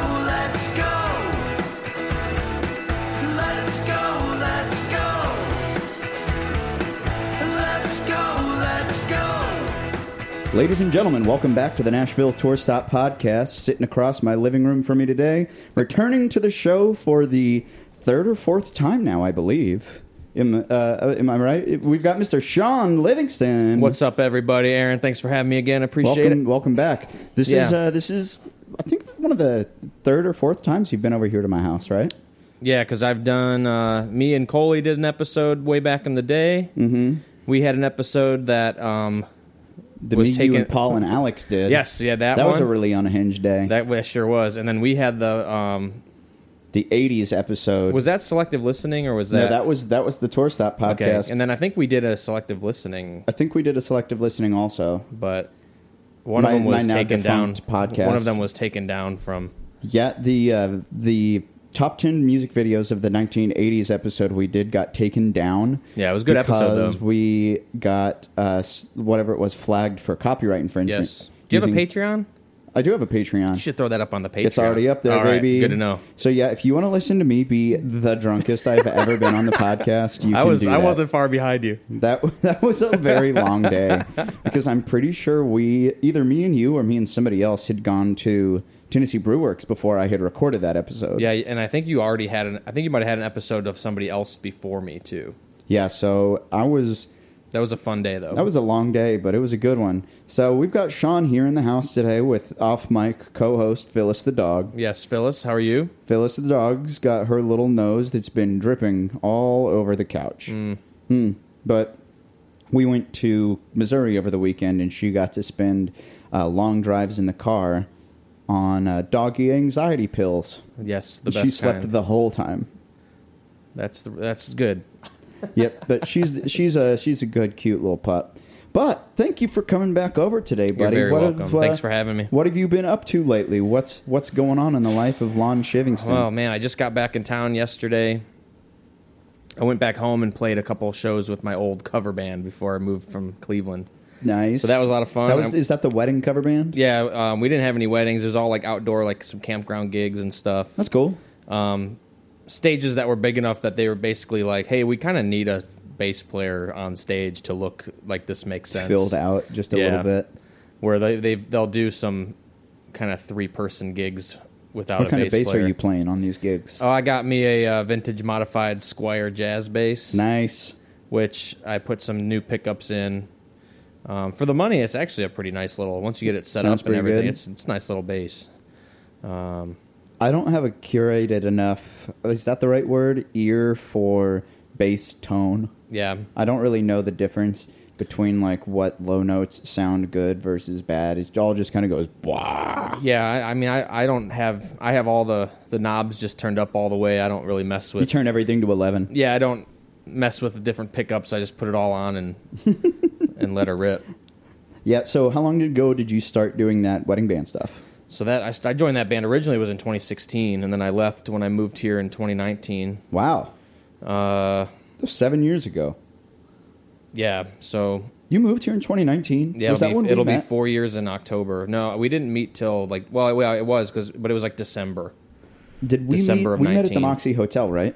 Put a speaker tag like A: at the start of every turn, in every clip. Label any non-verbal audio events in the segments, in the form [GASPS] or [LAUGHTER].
A: Let's go. Let's go. Let's go. Let's go. Let's go.
B: Ladies and gentlemen, welcome back to the Nashville Tour Stop Podcast. Sitting across my living room from me today, returning to the show for the third or fourth time now, I believe. Am, uh, am I right? We've got Mr. Sean Livingston.
C: What's up, everybody? Aaron, thanks for having me again. Appreciate
B: welcome,
C: it.
B: welcome back. This is
C: Yeah.
B: uh, this is I think one of the third or fourth times you've been over here to my house, right?
C: Yeah, because I've done. Uh, me and Coley did an episode way back in the day. Mm-hmm. We had an episode that. Um,
B: The
C: Was
B: me,
C: taken-
B: you, and Paul and Alex did.
C: yes, yeah, that,
B: that
C: one.
B: was a really unhinged day.
C: that was- sure was. And then we had the. Um,
B: the '80s episode
C: was that selective listening or was that?
B: No, that was that was the tour stop podcast.
C: okay. And then I think we did a selective listening,
B: I think we did a selective listening also.
C: but one
B: My-
C: of them
B: my
C: was
B: now
C: taken down.
B: defunct podcast.
C: One of them was taken down from.
B: Yeah, the uh, the top ten music videos of the 1980s episode we did got taken down.
C: Yeah, it was a good episode,
B: because
C: though.
B: We got uh, s- whatever it was flagged for copyright infringement.
C: Yes. Do you have a
B: Using-
C: Patreon?
B: I do have a Patreon.
C: You should throw that up on the Patreon.
B: It's already up there,
C: All right,
B: baby.
C: Good to know.
B: So yeah, if you want to listen to me be the drunkest I've ever been on the podcast, you
C: [LAUGHS] I
B: can
C: was.
B: do
C: I
B: that.
C: wasn't far behind you.
B: That that was a very long
C: [LAUGHS]
B: day because I'm pretty sure we either me and you or me and somebody else had gone to Tennessee Brew Works before I had recorded that episode.
C: Yeah, and I think you already had an. I think you might have had an episode of somebody else before me too.
B: Yeah, so I was
C: That was a fun day though.
B: that was a long day, but it was a good one. So we've got Sean here in the house today with off mic co-host Phyllis the dog.
C: yes, Phyllis, how are you?
B: Phyllis the dog's got her little nose that's been dripping all over the couch.
C: Mm.
B: Hmm. But we went to Missouri over the weekend, and she got to spend uh, long drives in the car on uh, doggy anxiety pills.
C: Yes, the best.
B: she slept
C: kind.
B: the whole time.
C: That's the, that's good.
B: Yep, but she's she's a she's a good, cute little pup. But thank you for coming back over today, buddy.
C: very
B: What have, uh,
C: welcome. Thanks for having me.
B: What have you been up to lately? What's what's going on in the life of Lon Shivingston?
C: Oh man, I just got back in town yesterday. I went back home and played a couple shows with my old cover band before I moved from Cleveland.
B: nice.
C: so that was a lot of fun.
B: That was,
C: I-
B: is that the wedding cover band?
C: Yeah, um, we didn't have any weddings. It was all like outdoor, like some campground gigs and stuff.
B: That's cool.
C: um, stages that were big enough that they were basically like, "Hey, we kind of need a bass player on stage to look like this makes sense."
B: Filled out just a
C: Yeah.
B: little bit.
C: where they they they'll do some kind of three person gigs without
B: What
C: a
B: kind
C: bass
B: of bass
C: player.
B: are you playing on these gigs?
C: Oh, I got me a uh, vintage modified Squire jazz bass,
B: nice.
C: which I put some new pickups in. Um, for the money, it's actually a pretty nice little. Once you get it set
B: Sounds
C: up and
B: pretty
C: everything,
B: good.
C: it's it's a nice little bass. Um,
B: I don't have a curated enough. Is that the right word? Ear for bass tone.
C: yeah,
B: I don't really know the difference between like what low notes sound good versus bad. It all just kind of goes blah.
C: Yeah, I, I mean, I, I don't have I have all the the knobs just turned up all the way. I don't really mess
B: You
C: with.
B: turn everything to eleven.
C: yeah, I don't mess with the different pickups. I just put it all
B: [LAUGHS]
C: on and and let her rip.
B: Yeah. So how long ago did you start doing that wedding band stuff?
C: So that I, st- I joined that band originally was in 2016, and then I left when I moved here in 2019.
B: Wow,
C: Uh,
B: that was seven years ago.
C: yeah, so
B: You moved here in 2019.
C: yeah,
B: was that
C: it'll,
B: when
C: be,
B: we
C: it'll be
B: met?
C: four years in October. No, we didn't meet till like well, well it was because but it was like December.
B: Did we
C: December
B: meet?
C: of
B: we met at the
C: 19.
B: Moxie Hotel, right?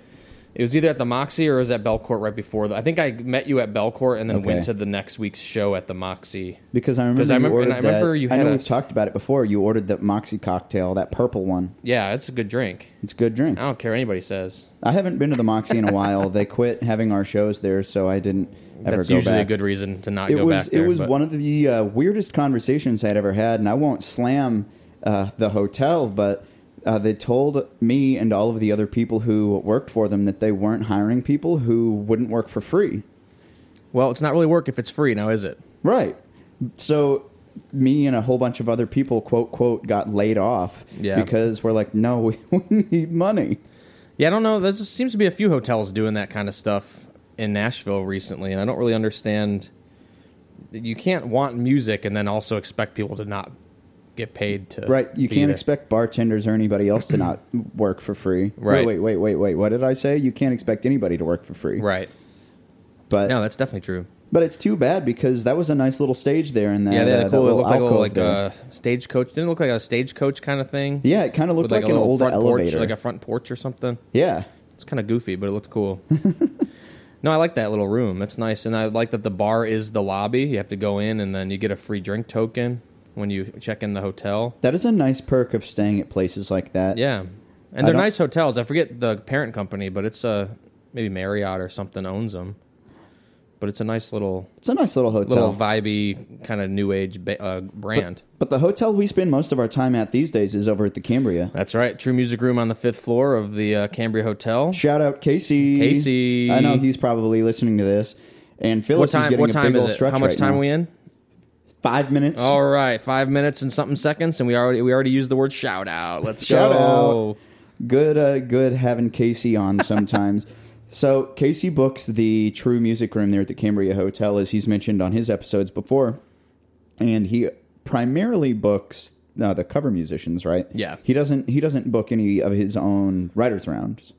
C: It was either at the Moxie or it was at Belcourt right before. The, I think I met you at Belcourt and then
B: Okay.
C: went to the next week's show at the Moxie.
B: Because I remember,
C: I remember-
B: you
C: and
B: ordered
C: I remember
B: that-
C: you
B: I
C: had
B: know
C: a-
B: we've talked about it before. You ordered that Moxie cocktail, that purple one.
C: Yeah, it's a good drink.
B: It's a good drink.
C: I don't care what anybody says.
B: I haven't been to the Moxie in a while. they quit having our shows there, so I didn't ever
C: That's
B: go
C: usually
B: back.
C: a good reason to not
B: it
C: go
B: was
C: back there.
B: it was
C: but-
B: one of the uh, weirdest conversations I'd ever had, and I won't slam uh, the hotel, but uh, they told me and all of the other people who worked for them that they weren't hiring people who wouldn't work for free.
C: well, it's not really work if it's free now, is it?
B: Right. So me and a whole bunch of other people quote quote got laid off
C: Yeah.
B: because we're like no [LAUGHS] we, we need money
C: Yeah, I don't know. There seems to be a few hotels doing that kind of stuff in Nashville recently, and I don't really understand. You can't want music and then also expect people to not get paid to.
B: right you
C: be
B: can't
C: there.
B: expect bartenders or anybody else to
C: [CLEARS THROAT]
B: not work for free
C: Right.
B: wait wait wait wait wait what did i say you can't expect anybody to work for free
C: Right.
B: but
C: No, that's definitely true.
B: But it's too bad because that was a nice little stage there in that.
C: Yeah, they had
B: uh, that
C: a cool. It
B: little
C: looked like a
B: alcove
C: like uh,
B: there.
C: a stagecoach. Didn't it look like a stagecoach kind of thing.
B: yeah, it kind of looked
C: With
B: like, an
C: a little
B: old
C: front
B: elevator.
C: porch, like a front porch or something.
B: yeah,
C: It's kind of goofy, but it looked cool. [LAUGHS] no, I like that little room. That's nice, and I like that the bar is the lobby. You have to go in, and then you get a free drink token when you check in the hotel.
B: that is a nice perk of staying at places like that. I
C: Yeah, and they're
B: don't-
C: nice hotels. I forget the parent company, but it's uh, maybe Marriott or something owns them. But it's a nice little
B: it's a nice little hotel.
C: little vibey kind of new age ba- uh, brand.
B: But the hotel we spend most of our time at these days is over at the Cambria.
C: That's right. True Music Room on the fifth floor of the uh, Cambria Hotel.
B: Shout out Casey.
C: Casey.
B: I know he's probably listening to this. And Phyllis
C: What
B: is
C: time?
B: getting
C: What
B: a
C: time
B: big
C: is
B: old
C: it?
B: stretch
C: How much
B: right
C: time
B: now.
C: are we in? Oh,
B: Five minutes.
C: All right, five minutes and something seconds, and we already we already used the word shout out. Let's
B: Shout
C: go.
B: Good, uh, good having Casey on
C: [LAUGHS]
B: sometimes. so Casey books the True Music Room there at the Cambria Hotel, as he's mentioned on his episodes before, and he primarily books uh, the cover musicians, right?
C: Yeah.
B: He doesn't. He doesn't book any of his own writers' rounds.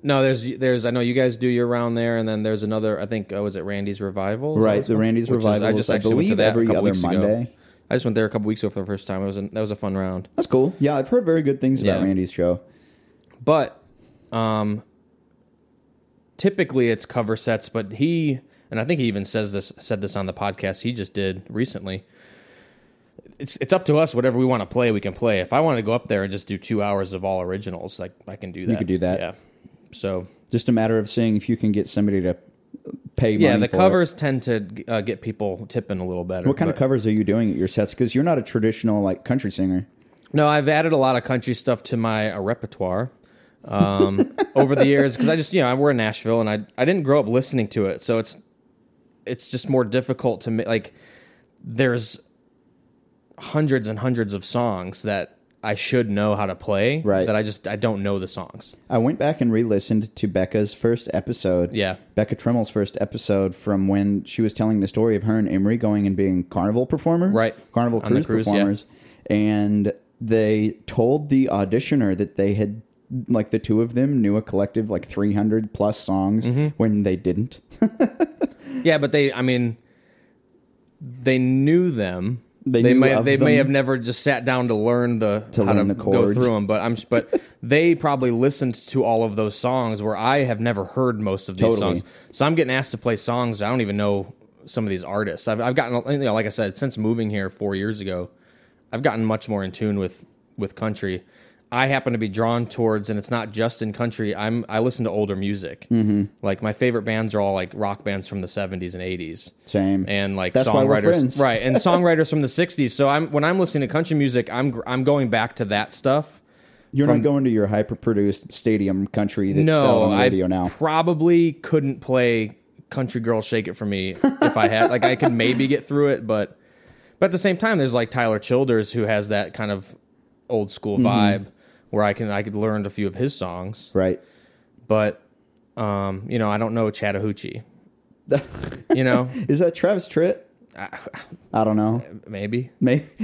C: No, there's there's I know you guys do your round there, and then there's another. I think oh, was it Randy's revival? Is that
B: Right,
C: what's
B: the
C: called?
B: Randy's
C: Which
B: Revival
C: I
B: is,
C: just
B: I
C: actually went to
B: believe,
C: that a
B: every
C: couple
B: other
C: weeks Ago.
B: Monday.
C: I just went there a couple weeks ago for the first time. It was a, that was a fun round.
B: That's cool. Yeah, I've heard very good things about
C: Yeah.
B: Randy's show.
C: but um typically it's cover sets but he and i think he even says this said this on the podcast he just did recently it's it's up to us whatever we want to play we can play if i want to go up there and just do two hours of all originals like i can do that
B: could do that.
C: yeah so
B: Just a matter of seeing if you can get somebody to pay.
C: yeah
B: money
C: the
B: for it.
C: covers tend to uh, get people tipping a little better
B: What kind
C: but-
B: of covers are you doing at your sets? Because you're not a traditional like country singer.
C: No, I've added a lot of country stuff to my uh, repertoire um, [LAUGHS] over the years because I just you know we're in Nashville and I I didn't grow up listening to it, so it's it's just more difficult to make. Like there's hundreds and hundreds of songs that I should know how to play,
B: Right.
C: That I just I don't know the songs.
B: I went back and re-listened to Becca's first episode.
C: Yeah.
B: Becca Tremmel's first episode from when she was telling the story of her and Emery going and being carnival performers,
C: Right.
B: Carnival
C: On the
B: cruise,
C: cruise, yeah.
B: performers, and they told the auditioner that they had like the two of them knew a collective like 300 plus songs
C: Mm-hmm.
B: when they didn't.
C: Yeah, but they I mean they knew them.
B: They
C: they
B: knew
C: may
B: of
C: they may
B: them.
C: have never just sat down to learn the
B: To
C: how
B: learn
C: to
B: the
C: go
B: chords.
C: through them. But I'm but [LAUGHS] they probably listened to all of those songs where I have never heard most of these
B: Totally.
C: songs. So I'm getting asked to play songs I don't even know some of these artists. I've I've gotten you know, like I said since moving here four years ago, I've gotten much more in tune with with country. I happen to be drawn towards, and it's not just in country. I'm I listen to older music. Mm-hmm. Like my favorite bands are all like rock bands from the '70s and '80s
B: Same.
C: and like
B: That's why we're
C: songwriters,
B: friends.
C: right? And songwriters from the '60s. So I'm when I'm listening to country music, I'm gr- I'm going back to that stuff.
B: You're not going to your hyper produced stadium country that's out
C: No,
B: on the
C: I
B: radio now.
C: probably couldn't play "Country Girl Shake It" for me if I had like I could maybe get through it, but but at the same time, there's like Tyler Childers who has that kind of old school
B: Mm-hmm.
C: vibe where I can I could learn a few of his songs,
B: Right. [LAUGHS]
C: but um, you know I don't know Chattahoochee, you know [LAUGHS]
B: Is that Travis Tritt? I don't know.
C: maybe
B: Maybe. [LAUGHS]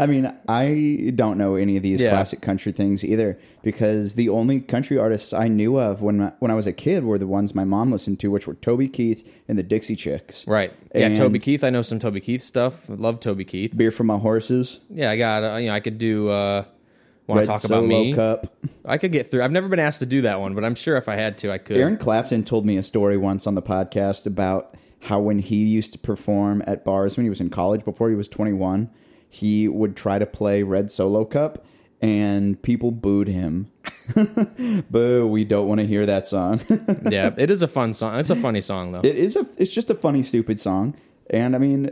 B: I mean, I don't know any of these
C: Yeah.
B: classic country things either because the only country artists I knew of when my, when I was a kid were the ones my mom listened to, which were Toby Keith and the Dixie Chicks.
C: right yeah
B: And
C: Toby Keith I know some Toby Keith stuff love Toby Keith
B: Beer for my horses.
C: Yeah, I got. Uh, you know, I could do. Uh, Want
B: Red
C: to talk
B: Solo
C: about me?
B: Cup.
C: I could get through. I've never been asked to do that one, but I'm sure if I had to, I could.
B: Aaron Clapton told me a story once on the podcast about how when he used to perform at bars when he was in college before he was 21, he would try to play Red Solo Cup and people booed him. [LAUGHS] Boo, we don't want to hear that song. [LAUGHS]
C: yeah, it is a fun song. It's a funny song though.
B: it is a it's just a funny stupid song and i mean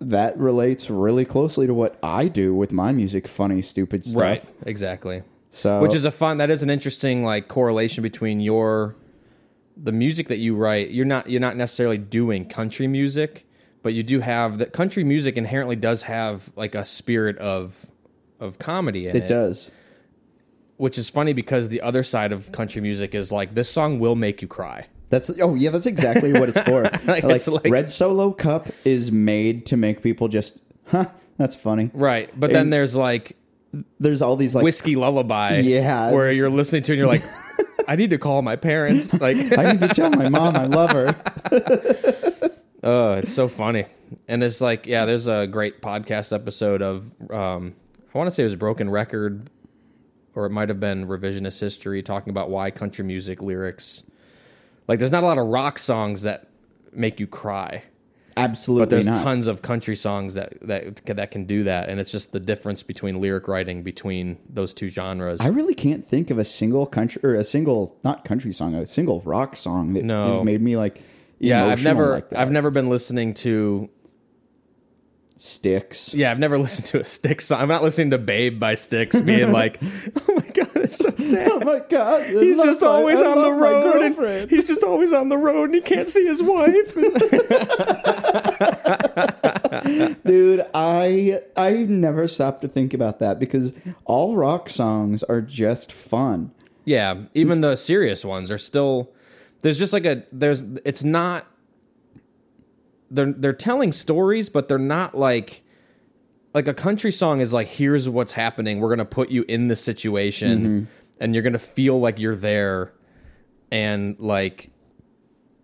B: that relates really closely to what i do with my music funny stupid stuff
C: right. Exactly.
B: so
C: Which is a fun. That is an interesting like correlation between your the music that you write. You're not you're not necessarily doing country music, but you do have that country music inherently does have like a spirit of of comedy in it.
B: it does
C: Which is funny because the other side of country music is like this song will make you cry.
B: that's oh yeah that's exactly what it's
C: [LAUGHS]
B: for like,
C: it's like-
B: red solo cup is made to make people just huh that's funny
C: Right. But then
B: And-
C: there's like
B: there's all these like
C: whiskey lullaby.
B: Yeah.
C: Where you're listening to it and
B: [LAUGHS]
C: you're like, I need to call my parents. Like [LAUGHS]
B: i need to tell my mom i love her
C: Oh, it's so funny. And it's like, yeah, there's a great podcast episode of, um, I want to say it was Broken Record, or it might have been Revisionist History, talking about why country music lyrics, like, there's not a lot of rock songs that make you cry.
B: Absolutely
C: There's
B: not.
C: tons of country songs that that that can do that, and it's just the difference between lyric writing between those two genres.
B: I really can't think of a single country or a single not country song, a single rock song that
C: No.
B: has made me like
C: yeah, I've
B: emotional
C: never
B: like that.
C: I've never been listening to
B: sticks.
C: Yeah, I've never listened to a Styx song. I'm not listening to "Babe" by Styx,
B: [LAUGHS]
C: being like, "Oh my god, it's so
B: Oh
C: sad."
B: my god. I
C: He's
B: love
C: just
B: my-
C: always
B: I
C: on the
B: love my
C: road. And
B: girlfriend.
C: he's just always on the road, and he can't see his wife.
B: [LAUGHS] Dude, I I never stopped to think about that because all rock songs are just fun.
C: yeah, even the serious ones are still. There's just like a there's. It's not. They're they're telling stories, but they're not like. Like a country song is like, here's what's happening. We're gonna put you in this situation,
B: Mm-hmm.
C: and you're gonna feel like you're there, and like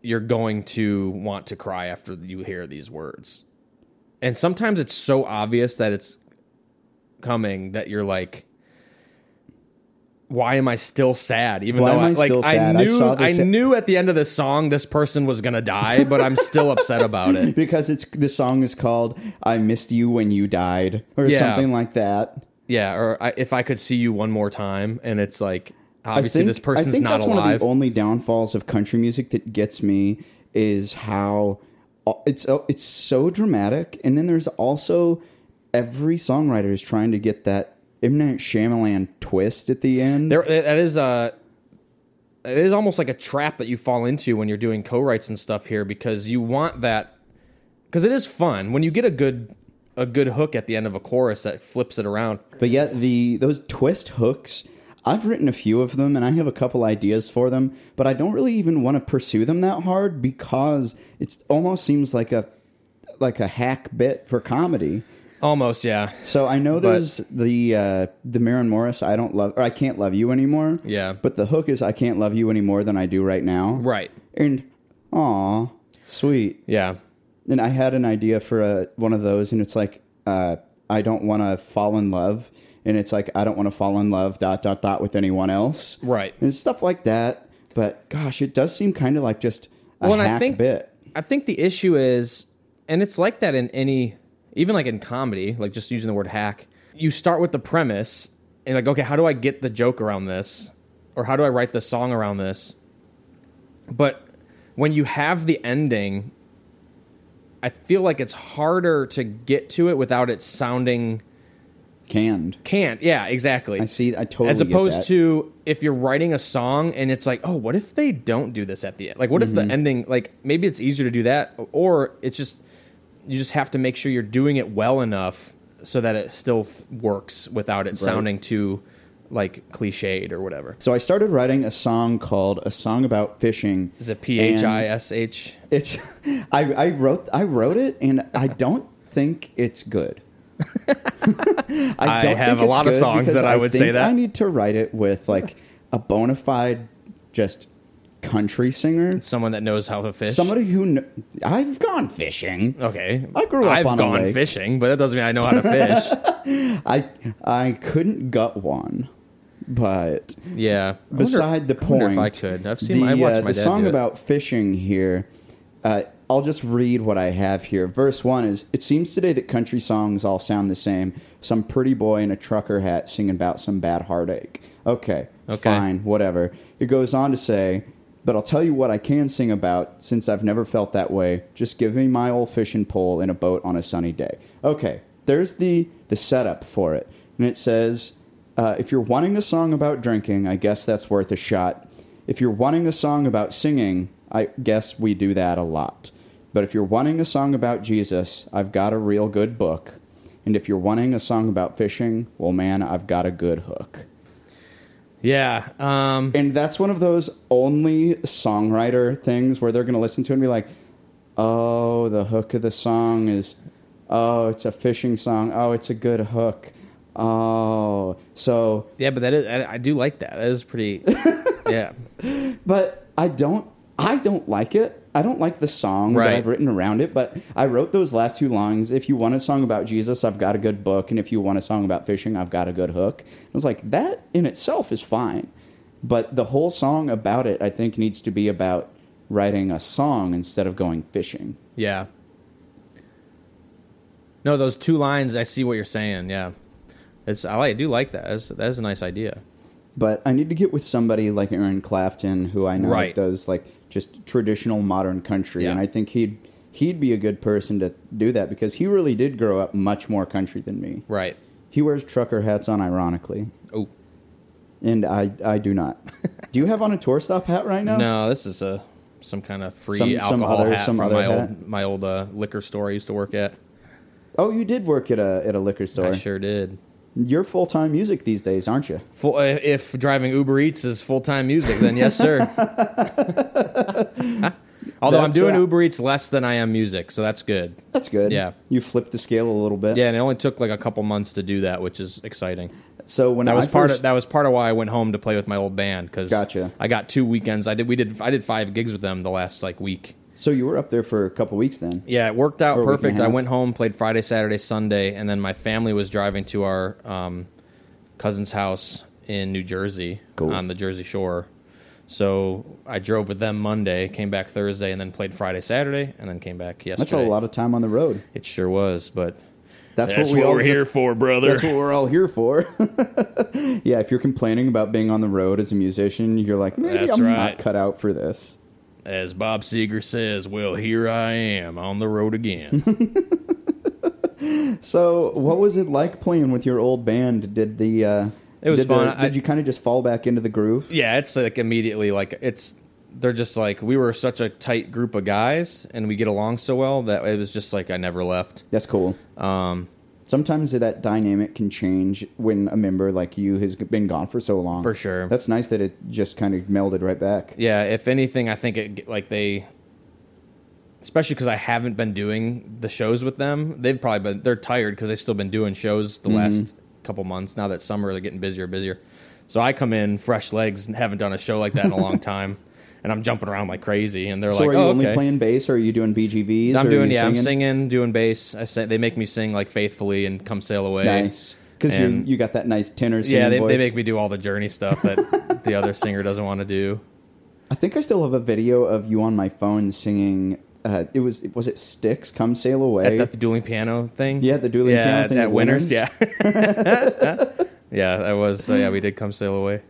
C: you're going to want to cry after you hear these words. And sometimes it's so obvious that it's coming that you're like, why am I still sad? Even
B: Why
C: though
B: am
C: I,
B: I
C: like
B: still
C: I
B: sad? I
C: knew
B: saw
C: I,
B: this-
C: knew at the end of this song this person was gonna die, but I'm still upset about it.
B: Because it's the song is called I Missed You When You Died or
C: Yeah.
B: something like that.
C: Yeah, or I, if I could see you one more time, and it's like obviously this
B: I
C: person's
B: think
C: not
B: that's
C: alive.
B: one of the only downfalls of country music that gets me is how uh, it's it's so dramatic, and then there's also every songwriter is trying to get that M Night Shyamalan twist at the end.
C: There, that is a. It is almost like a trap that you fall into when you're doing co-writes and stuff here because you want that because it is fun when you get a good a good hook at the end of a chorus that flips it around.
B: But yet the those twist hooks, I've written a few of them and I have a couple ideas for them, but I don't really even want to pursue them that hard because it almost seems like a like a hack bit for comedy.
C: Almost, yeah,
B: So I know
C: But-
B: there's the uh, the Marin Morris I don't love or I can't love you anymore.
C: Yeah.
B: But the hook is I can't love you any more than I do right now.
C: right,
B: And aw, sweet
C: yeah,
B: and I had an idea for a, one of those, and it's like, uh, I don't want to fall in love, and it's like, I don't want to fall in love, dot dot dot, with anyone else,
C: Right.
B: And stuff like that. But gosh, it does seem kind of like just a
C: Well, and I
B: hack
C: think-
B: bit.
C: I think the issue is, and it's like that in any, even like in comedy, like just using the word hack, you start with the premise and like, okay, how do I get the joke around this? Or how do I write the song around this? But when you have the ending, I feel like it's harder to get to it without it sounding
B: Canned.
C: can't. Yeah, exactly.
B: I see. I totally
C: As
B: get
C: opposed
B: that.
C: to if you're writing a song and it's like, oh, what if they don't do this at the end? Like, what
B: Mm-hmm.
C: if the ending? Like, maybe it's easier to do that, or it's just you just have to make sure you're doing it well enough so that it still f- works without it sounding too like cliched or whatever.
B: So I started writing a song called "A Song About Fishing."
C: Is it
B: and
C: P H I S H?
B: It's. [LAUGHS] I, I wrote. I wrote it, and I don't think it's
C: [LAUGHS]
B: good.
C: I have a
B: it's
C: lot of
B: good
C: songs
B: because
C: that I would say
B: think
C: that.
B: I need to write it with like a bona fide, just country singer,
C: Someone that knows how to fish.
B: somebody who kn- I've gone fishing.
C: Okay.
B: I grew up
C: I've
B: on a
C: gone
B: lake.
C: fishing, but that doesn't mean I know how
B: [LAUGHS]
C: to fish.
B: I I couldn't gut one, but
C: yeah. I wonder-
B: beside the
C: I wonder
B: point,
C: if I could. I've seen.
B: the,
C: I watched
B: uh,
C: my
B: the
C: dad
B: song
C: do it.
B: about fishing here. Uh, I'll just read what I have here. Verse one is: It seems today that country songs all sound the same. Some pretty boy in a trucker hat singing about some bad heartache. Okay, it's
C: Okay.
B: fine, whatever. It goes on to say. But I'll tell you what I can sing about since I've never felt that way. Just give me my old fishing pole in a boat on a sunny day. Okay, there's the, the setup for it. And it says, uh, if you're wanting a song about drinking, I guess that's worth a shot. If you're wanting a song about singing, I guess we do that a lot. But if you're wanting a song about Jesus, I've got a real good book. And if you're wanting a song about fishing, well, man, I've got a good hook.
C: Yeah. Um.
B: And that's one of those only songwriter things where they're going to listen to it and be like, oh, the hook of the song is, oh, it's a fishing song. Oh, it's a good hook. Oh, so
C: Yeah, but that is I, I
B: [LAUGHS]
C: do like that. That is pretty. yeah,
B: but I don't I don't like it. I don't like the song
C: Right.
B: that I've written around it, but I wrote those last two lines. If you want a song about Jesus, I've got a good book, and if you want a song about fishing, I've got a good hook. I was like, that in itself is fine, but the whole song about it, I think, needs to be about writing a song instead of going fishing.
C: Yeah. No, those two lines. I see what you're saying. Yeah, it's I, like, I do like that. That's, that is a nice idea.
B: But I need to get with somebody like Aaron Clapton, who I know
C: Right.
B: does like just traditional modern country,
C: Yeah.
B: and I think he'd he'd be a good person to do that because he really did grow up much more country than me.
C: Right.
B: He wears trucker hats on, ironically,
C: Oh
B: and I I do
C: [LAUGHS]
B: not. do you have on a tour stop hat right now?
C: no, this is a some kind of free
B: Some- some
C: alcohol
B: other-
C: hat
B: some
C: from
B: other
C: my
B: hat?
C: old my old uh, liquor store I used to work at.
B: Oh, you did work at a at a liquor store.
C: I sure did.
B: You're full time music these days, aren't you?
C: Full, uh, if driving Uber Eats is full time music, then
B: [LAUGHS]
C: yes, sir. Although I'm
B: That's,
C: doing
B: uh,
C: Uber Eats less than I am music, so that's good.
B: That's good.
C: Yeah.
B: you flipped the scale a little bit.
C: Yeah, and it only took like a couple months to do that, which is exciting.
B: So when
C: That
B: I
C: was part
B: first-
C: of that was part of why I went home to play with my old band because
B: Gotcha.
C: I got two weekends. I did we did I did five gigs with them the last like week.
B: so you were up there for a couple weeks then.
C: Yeah, it worked out
B: Or a week and a
C: perfect. I
B: half.
C: went home, played Friday, Saturday, Sunday, and then my family was driving to our um, cousin's house in New Jersey
B: Cool.
C: on the Jersey Shore. So I drove with them Monday, came back Thursday, and then played Friday, Saturday, and then came back yesterday.
B: That's a lot of time on the road.
C: It sure was, but
B: That's, what we all that's-
C: for, brother.
B: That's what we're all here for. [LAUGHS] yeah, if you're complaining about being on the road as a musician, you're like, maybe
C: That's
B: I'm
C: right.
B: not cut out for this.
C: As Bob Seger says, well, here I am on the road again.
B: So, what was it like playing with your old band? Did the uh,
C: It was
B: did the-
C: fun. I-
B: did you kind of just fall back into the groove?
C: yeah, it's like immediately like it's they're just like we were such a tight group of guys and we get along so well that it was just like I never left.
B: That's cool.
C: Um
B: Sometimes that dynamic can change when a member like you has been gone for so long.
C: For sure.
B: That's nice that it just kind of melded right back.
C: yeah, if anything I think it like they especially cuz I haven't been doing the shows with them. They've probably been they're tired cuz they've still been doing shows
B: Mm-hmm.
C: the last couple months. Now that summer they're getting busier and busier. So I come in fresh legs and haven't done a show like that in
B: [LAUGHS]
C: a long time. And I'm jumping around like crazy, and they're
B: So,
C: like,
B: are you
C: "Oh,
B: only
C: okay."
B: playing bass, or are you doing BGVs?
C: I'm
B: or are
C: doing
B: you
C: yeah, I'm singing, doing bass. I say, they make me sing like faithfully and come sail away.
B: Nice, because you
C: And-
B: you got that nice tenor. Singing
C: Yeah, they, they
B: voice.
C: make me do all the journey stuff
B: [LAUGHS]
C: that the other singer doesn't want to do.
B: I think I still have a video of you on my phone singing. Uh, it was was it sticks? Come sail away.
C: At the dueling piano thing.
B: Yeah, the dueling
C: yeah,
B: piano
C: at-
B: thing
C: at
B: at Winners.
C: Winners. Yeah,
B: [LAUGHS]
C: yeah, that was. So yeah, we did come sail away.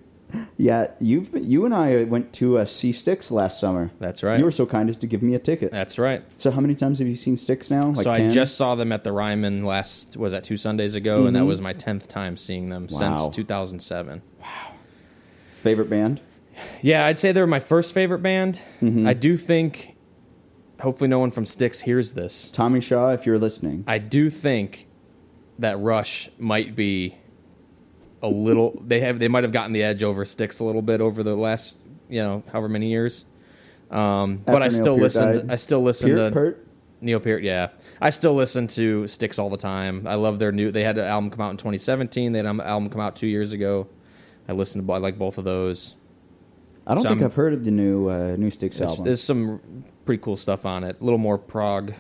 B: yeah, you've been, you and I went to uh, see sticks last summer.
C: That's right.
B: You were so kind as to give me a ticket.
C: That's right.
B: so how many times have you seen sticks now? Like
C: so
B: 10?
C: I just saw them at the Ryman last was that two Sundays ago, and that was my tenth time seeing them
B: Mm-hmm. Wow.
C: since 2007.
B: favorite band.
C: Yeah, I'd say they're my first favorite band.
B: Mm-hmm.
C: I do think, hopefully, no one from Styx hears this.
B: Tommy Shaw, if you're listening,
C: I do think that Rush might be a little. They have they might have gotten the edge over Styx a little bit over the last you know however many years. Um, but I
B: After Neil
C: still
B: Peart
C: listen.
B: died.
C: I still listen
B: Peart,
C: to
B: Pert,
C: Neil Peart. Yeah, I still listen to Styx all the time. I love their new. They had an album come out in 2017. They had an album come out two years ago. I listened to. I like both of those.
B: I don't
C: so
B: think i
C: I'm-
B: have heard of the new uh, new Sticks
C: There's,
B: album.
C: there's some pretty cool stuff on it. A little more prog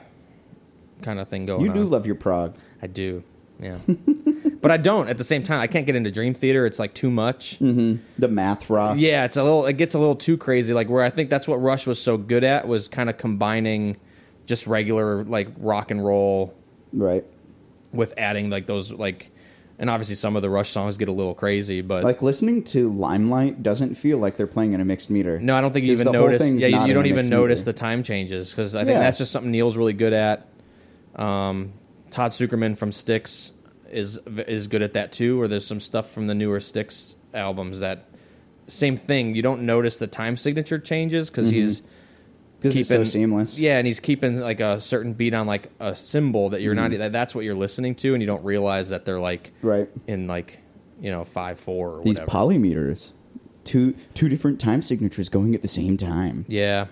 C: kind of thing going
B: you
C: on.
B: do love your prog.
C: I do. Yeah. [LAUGHS] but I don't at the same time. I can't get into Dream Theater. It's like too much.
B: The math rock.
C: Yeah, it's a little it gets a little too crazy. Like where I think that's what Rush was so good at was kind of combining just regular like rock and roll
B: Right.
C: with adding like those like and obviously some of the Rush songs get a little crazy, but
B: Like listening to Limelight doesn't feel like they're playing in a mixed meter.
C: no, I don't think you
B: 'Cause
C: even
B: the whole
C: notice.
B: thing's
C: Yeah, you,
B: not
C: you
B: in
C: don't
B: a
C: even
B: mixed
C: notice
B: meter.
C: the time changes because I think
B: Yeah.
C: that's just something Neil's really good at. Um, Todd Sukerman from Styx is is good at that too. Or there's some stuff from the newer Styx albums that same thing. You don't notice the time signature changes because
B: Mm-hmm.
C: he's
B: Because it's so
C: keeping-
B: seamless.
C: yeah, and he's keeping like a certain beat on like a symbol that you're not e, that, that's what you're listening to, and you don't realize that they're like
B: Mm-hmm. Right.
C: in like you know five four or
B: These
C: whatever.
B: polymeters, two two different time signatures going at the same time.
C: yeah,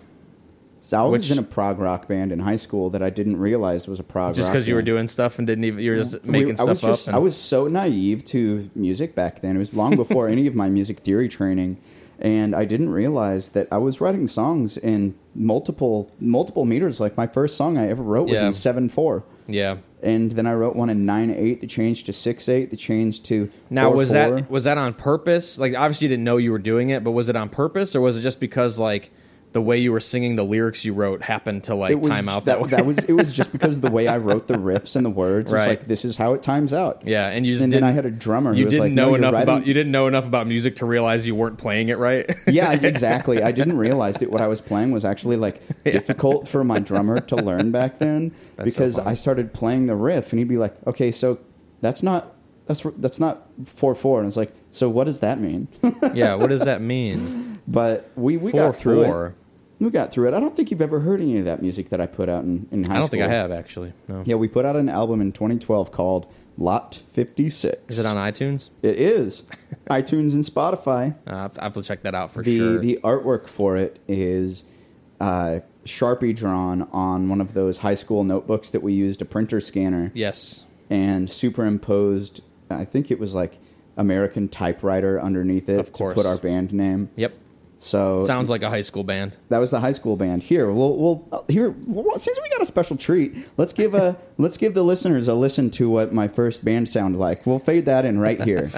B: So I was in
C: Which-
B: a prog rock band in high school that I didn't realize was a prog.
C: just
B: because
C: because you were doing stuff and didn't even you were just
B: I
C: making stuff
B: was
C: up.
B: just,
C: and- [LAUGHS]
B: I was so naive to music back then. It was long before any of my music theory training, and I didn't realize that I was writing songs in multiple multiple meters. Like my first song I ever wrote was
C: Yeah.
B: in seven four,
C: Yeah.
B: and then I wrote one in nine eight that changed to six eight that changed to
C: Now
B: four,
C: was
B: four.
C: that was that on purpose? Like obviously you didn't know you were doing it, but was it on purpose or was it just because like the way you were singing the lyrics you wrote happened to like
B: it was
C: time out that,
B: that
C: way?
B: was it was just because of the way I wrote the riffs and the words. It's
C: Right.
B: like this is how it times out.
C: [LAUGHS] yeah, and you just
B: And then
C: didn't,
B: I had a drummer. who
C: you
B: was
C: didn't
B: like,
C: know
B: "No, you're
C: enough
B: writing-
C: about you didn't know enough about music to realize you weren't playing it right.
B: [LAUGHS] yeah, I- exactly. I
C: [LAUGHS]
B: didn't realize that what I was playing was actually like difficult for my drummer to learn back
C: [LAUGHS]
B: then
C: so
B: because
C: funny.
B: I started playing the riff and he'd be like, "Okay, so that's not that's that's not four four. and I was like, "So what does that mean?" [LAUGHS]
C: yeah, what does that mean?
B: but we [LAUGHS] we
C: Four
B: got through
C: four.
B: it. We got through it. I don't think you've ever heard any of that music that I put out in in high
C: I don't
B: school.
C: think I have actually. No.
B: Yeah, we put out an album in 2012 called Lot 56.
C: Is it on iTunes?
B: It
C: [LAUGHS]
B: is. iTunes and Spotify.
C: Uh, I have to check that out for
B: the
C: sure.
B: the artwork for it is uh, sharpie drawn on one of those high school notebooks that we used a printer scanner
C: yes.
B: and superimposed i think it was like american typewriter underneath it
C: Of course.
B: to put our band name
C: Yep.
B: so
C: Sounds like a high school band.
B: that was the high school band here we'll, we'll uh, here well, since we got a special treat let's give a [LAUGHS] let's give the listeners a listen to what my first band sounded like we'll fade that in right here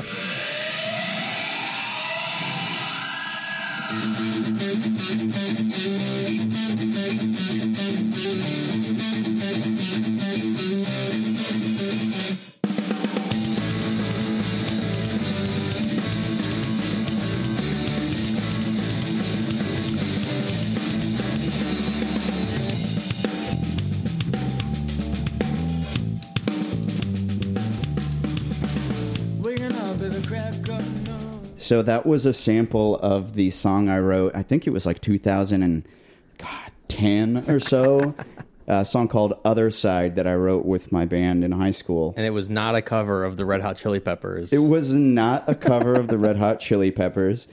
D: Waking up in the crack of dawn.
B: So that was a sample of the song I wrote. I think it was like 2010 or so. a song called "Other Side" that I wrote with my band in high school.
C: And it was not a cover of the Red Hot Chili Peppers.
B: It was not a cover of the Red Hot Chili Peppers.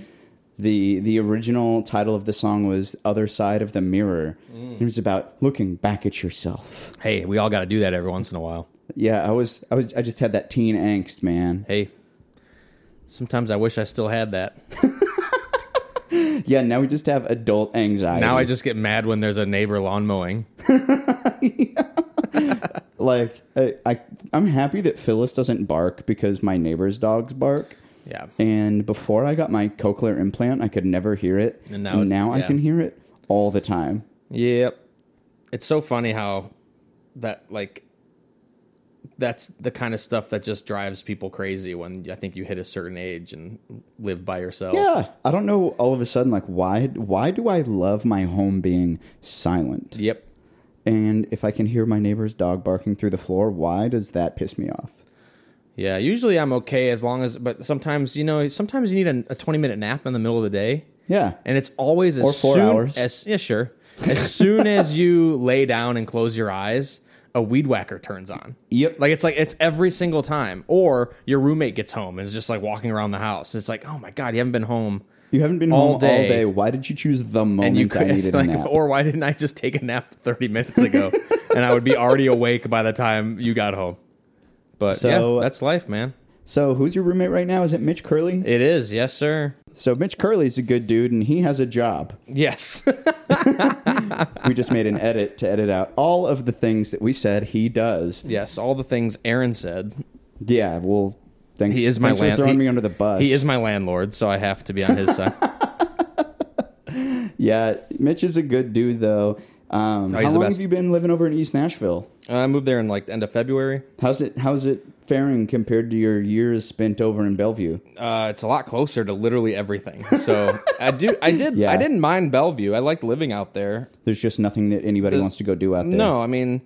B: the The original title of the song was "Other Side of the Mirror."
C: Mm.
B: It was about looking back at yourself.
C: hey, we all got to do that every once in a while.
B: Yeah, I was, I was, I just had that teen angst, man.
C: Hey, sometimes I wish I still had that.
B: Yeah, now we just have adult anxiety.
C: Now I just get mad when there's a neighbor lawn mowing.
B: like I, I I'm happy that Phyllis doesn't bark because my neighbor's dogs bark.
C: Yeah.
B: And before I got my cochlear implant, I could never hear it.
C: And
B: And now,
C: now it's-
B: I
C: yeah.
B: can hear it all the time.
C: Yep. It's so funny how that like that's the kind of stuff that just drives people crazy when I think you hit a certain age and live by yourself.
B: Yeah, I don't know. All of a sudden, like why why do I love my home being silent?
C: Yep.
B: And if I can hear my neighbor's dog barking through the floor, why does that piss me off?
C: Yeah, usually I'm okay as long as, but sometimes you know, sometimes you need a, a 20 minute nap in the middle of the day,
B: Yeah,
C: and it's always as
B: Or four
C: soon
B: hours.
C: as yeah, sure. As soon as you [LAUGHS] lay down and close your eyes, a weed whacker turns on.
B: Yep.
C: like it's like it's every single time. Or your roommate gets home and is just like walking around the house. It's like, oh my god, you haven't been home,
B: you haven't been
C: All
B: home all
C: day.
B: day. Why did you choose the moment
C: and you
B: I
C: could it's
B: needed
C: [LAUGHS] like,
B: a nap?
C: or why didn't I just take a nap 30 minutes
B: [LAUGHS]
C: ago, and I would be already awake by the time you got home. But
B: So- uh,
C: yeah, that's life, man.
B: so, who's your roommate right now? Is it Mitch Curley?
C: It is, yes, sir.
B: So Mitch Curley's a good dude, and he has a job.
C: Yes. [LAUGHS]
B: We just made an edit to edit out all of the things that we said he does.
C: Yes, all the things Aaron said.
B: Yeah, well, thanks.
C: He is my
B: thanks
C: land-
B: for throwing
C: he-
B: me under the bus.
C: He is my landlord, so I have to be on his side.
B: Yeah, Mitch is a good dude though. Um,
C: Oh, he's
B: how
C: the
B: long
C: best.
B: have you been living over in East Nashville?
C: Uh, I moved there in like the end of February.
B: How's it? How's it faring compared to your years spent over in Bellevue?
C: Uh, it's a lot closer to literally everything.
B: [LAUGHS]
C: So I do, I did,
B: Yeah.
C: I didn't mind Bellevue. I liked living out there.
B: There's just nothing that anybody wants to go do out there.
C: No, I mean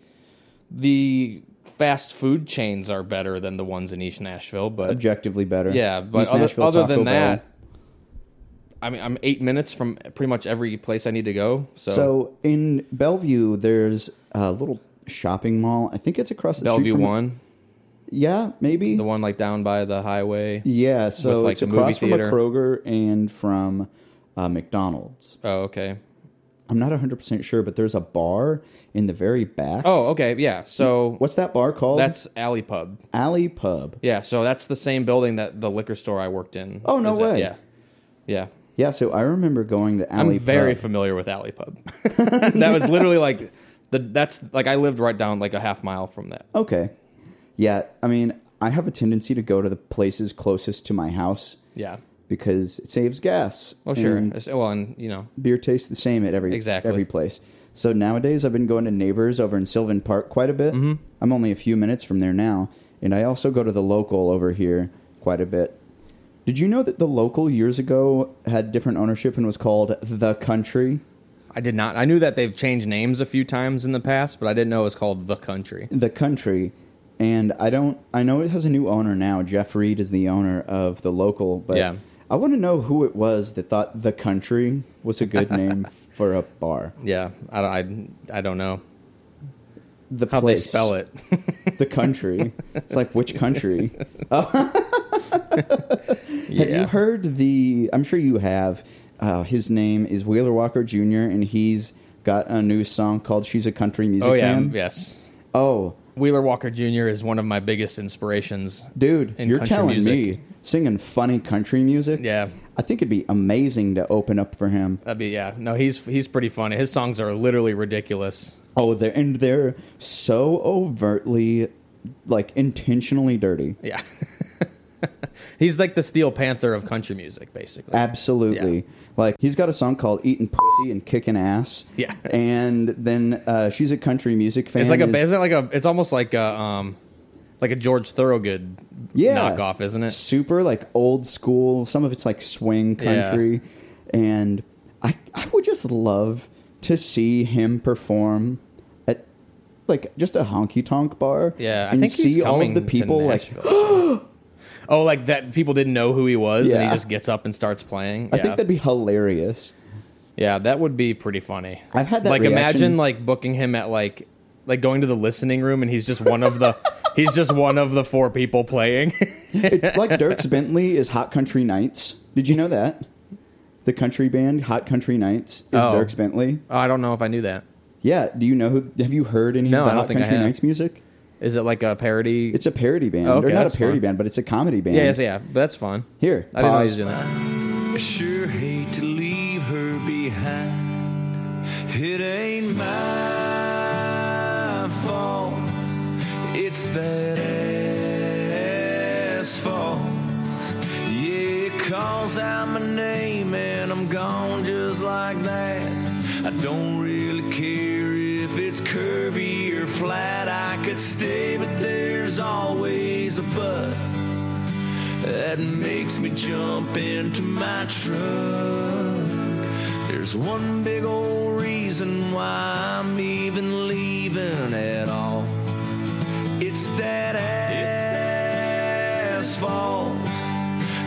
C: the fast food chains are better than the ones in East Nashville, but
B: objectively better.
C: yeah, but
B: East
C: other,
B: Nashville,
C: other
B: Taco
C: than that,
B: Bell.
C: I mean, I'm eight minutes from pretty much every place I need to go. So,
B: So in Bellevue, there's a little shopping mall. I think it's across the street
C: Bellevue
B: from-
C: one,
B: Yeah, maybe
C: the one like down by the highway.
B: Yeah, so
C: like,
B: it's
C: the movie
B: across from a
C: theater.
B: Kroger and from uh, McDonald's.
C: Oh, okay.
B: I'm not 100% sure, but there's a bar in the very back.
C: Oh, okay, yeah. So
B: What's that bar called?
C: that's Alley Pub.
B: Alley Pub.
C: Yeah, so that's the same building that the liquor store I worked in.
B: Oh, no
C: is at.
B: way.
C: yeah, yeah.
B: Yeah, so I remember going to Alley
C: I'm very
B: Pub.
C: familiar with Alley Pub. [LAUGHS] that was literally like the that's like I lived right down like a half mile from that.
B: Okay. Yeah, I mean, I have a tendency to go to the places closest to my house
C: Yeah.
B: because it saves gas.
C: Oh sure.
B: and
C: It's- well, and you know,
B: beer tastes the same at every
C: Exactly.
B: every place. So nowadays, I've been going to Neighbors over in Sylvan Park quite a bit.
C: Mm-hmm.
B: I'm only a few minutes from there now, and I also go to the local over here quite a bit. Did you know that the local years ago had different ownership and was called the Country?
C: I did not. I knew that they've changed names a few times in the past, but I didn't know it was called The Country.
B: the country and i don't i know it has a new owner now jeff reed is the owner of the local but
C: Yeah.
B: i want to know who it was that thought the country was a good
C: [LAUGHS]
B: name for a bar
C: Yeah, I, don't- I, I don't know
B: the
C: how
B: place
C: they spell [LAUGHS] it.
B: the country it's like which
C: [LAUGHS]
B: country
C: yeah.
B: have you heard the i'm sure you have uh, his name is wheeler walker jr and he's got a new song called she's a country music
C: Oh yeah,
B: fan
C: yes.
B: oh
C: Wheeler Walker Jr. is one of my biggest inspirations.
B: dude
C: And
B: you're
C: country
B: telling
C: music.
B: me singing funny country music
C: Yeah.
B: i think it'd be amazing to open up for him
C: That'd be yeah. No, he's he's pretty funny. His songs are literally ridiculous.
B: Oh, they're and they're so overtly, like intentionally dirty.
C: Yeah. [LAUGHS] he's like the Steel Panther of country music, basically.
B: Absolutely.
C: Yeah.
B: Like he's got a song called "Eating Pussy and Kicking Ass."
C: Yeah.
B: And then uh, she's a country music fan.
C: It's like a
B: is-
C: isn't it like a it's almost like a um like a George Thorogood
B: yeah
C: knockoff, isn't it?
B: Super like old school. Some of it's like swing
C: Yeah.
B: country, and I I would just love to see him perform at like just a honky tonk bar.
C: Yeah, I
B: and
C: think
B: see
C: he's
B: all of
C: coming
B: the
C: to
B: people like
C: Nashville. [GASPS] oh, like that people didn't know who he was, and
B: Yeah.
C: he just gets up and starts playing.
B: I
C: yeah.
B: think that'd be hilarious.
C: yeah, that would be pretty funny.
B: I've had that
C: Like
B: reaction-
C: imagine like booking him at like like going to the listening room, and he's just one of the [LAUGHS] he's just one of the four people playing. [LAUGHS]
B: It's like Dirks Bentley is Hot Country Nights. Did you know that? The country band Hot Country Nights is
C: Oh.
B: Dirks Bentley.
C: oh, I don't know if I knew that.
B: Yeah. Do you know who? Have you heard any
C: No,
B: of the
C: I don't
B: Hot
C: think I
B: Country
C: have.
B: Nights music?
C: Is it like a parody?
B: It's a parody band,
C: Oh, okay,
B: or not
C: that's
B: a parody
C: fun.
B: band, but it's a comedy band.
C: yeah, yes, yeah, but that's fun.
B: Here,
C: I didn't know he
B: pause.
C: was doing that.
A: I sure hate to leave her behind. It ain't my fault. It's that asphalt. Yeah, it calls out my name and I'm gone just like that. I don't really care if it's curvy or flat. I could stay, but there's always a but. That makes me jump into my truck. There's one big old reason why I'm even leaving at all. It's that asphalt,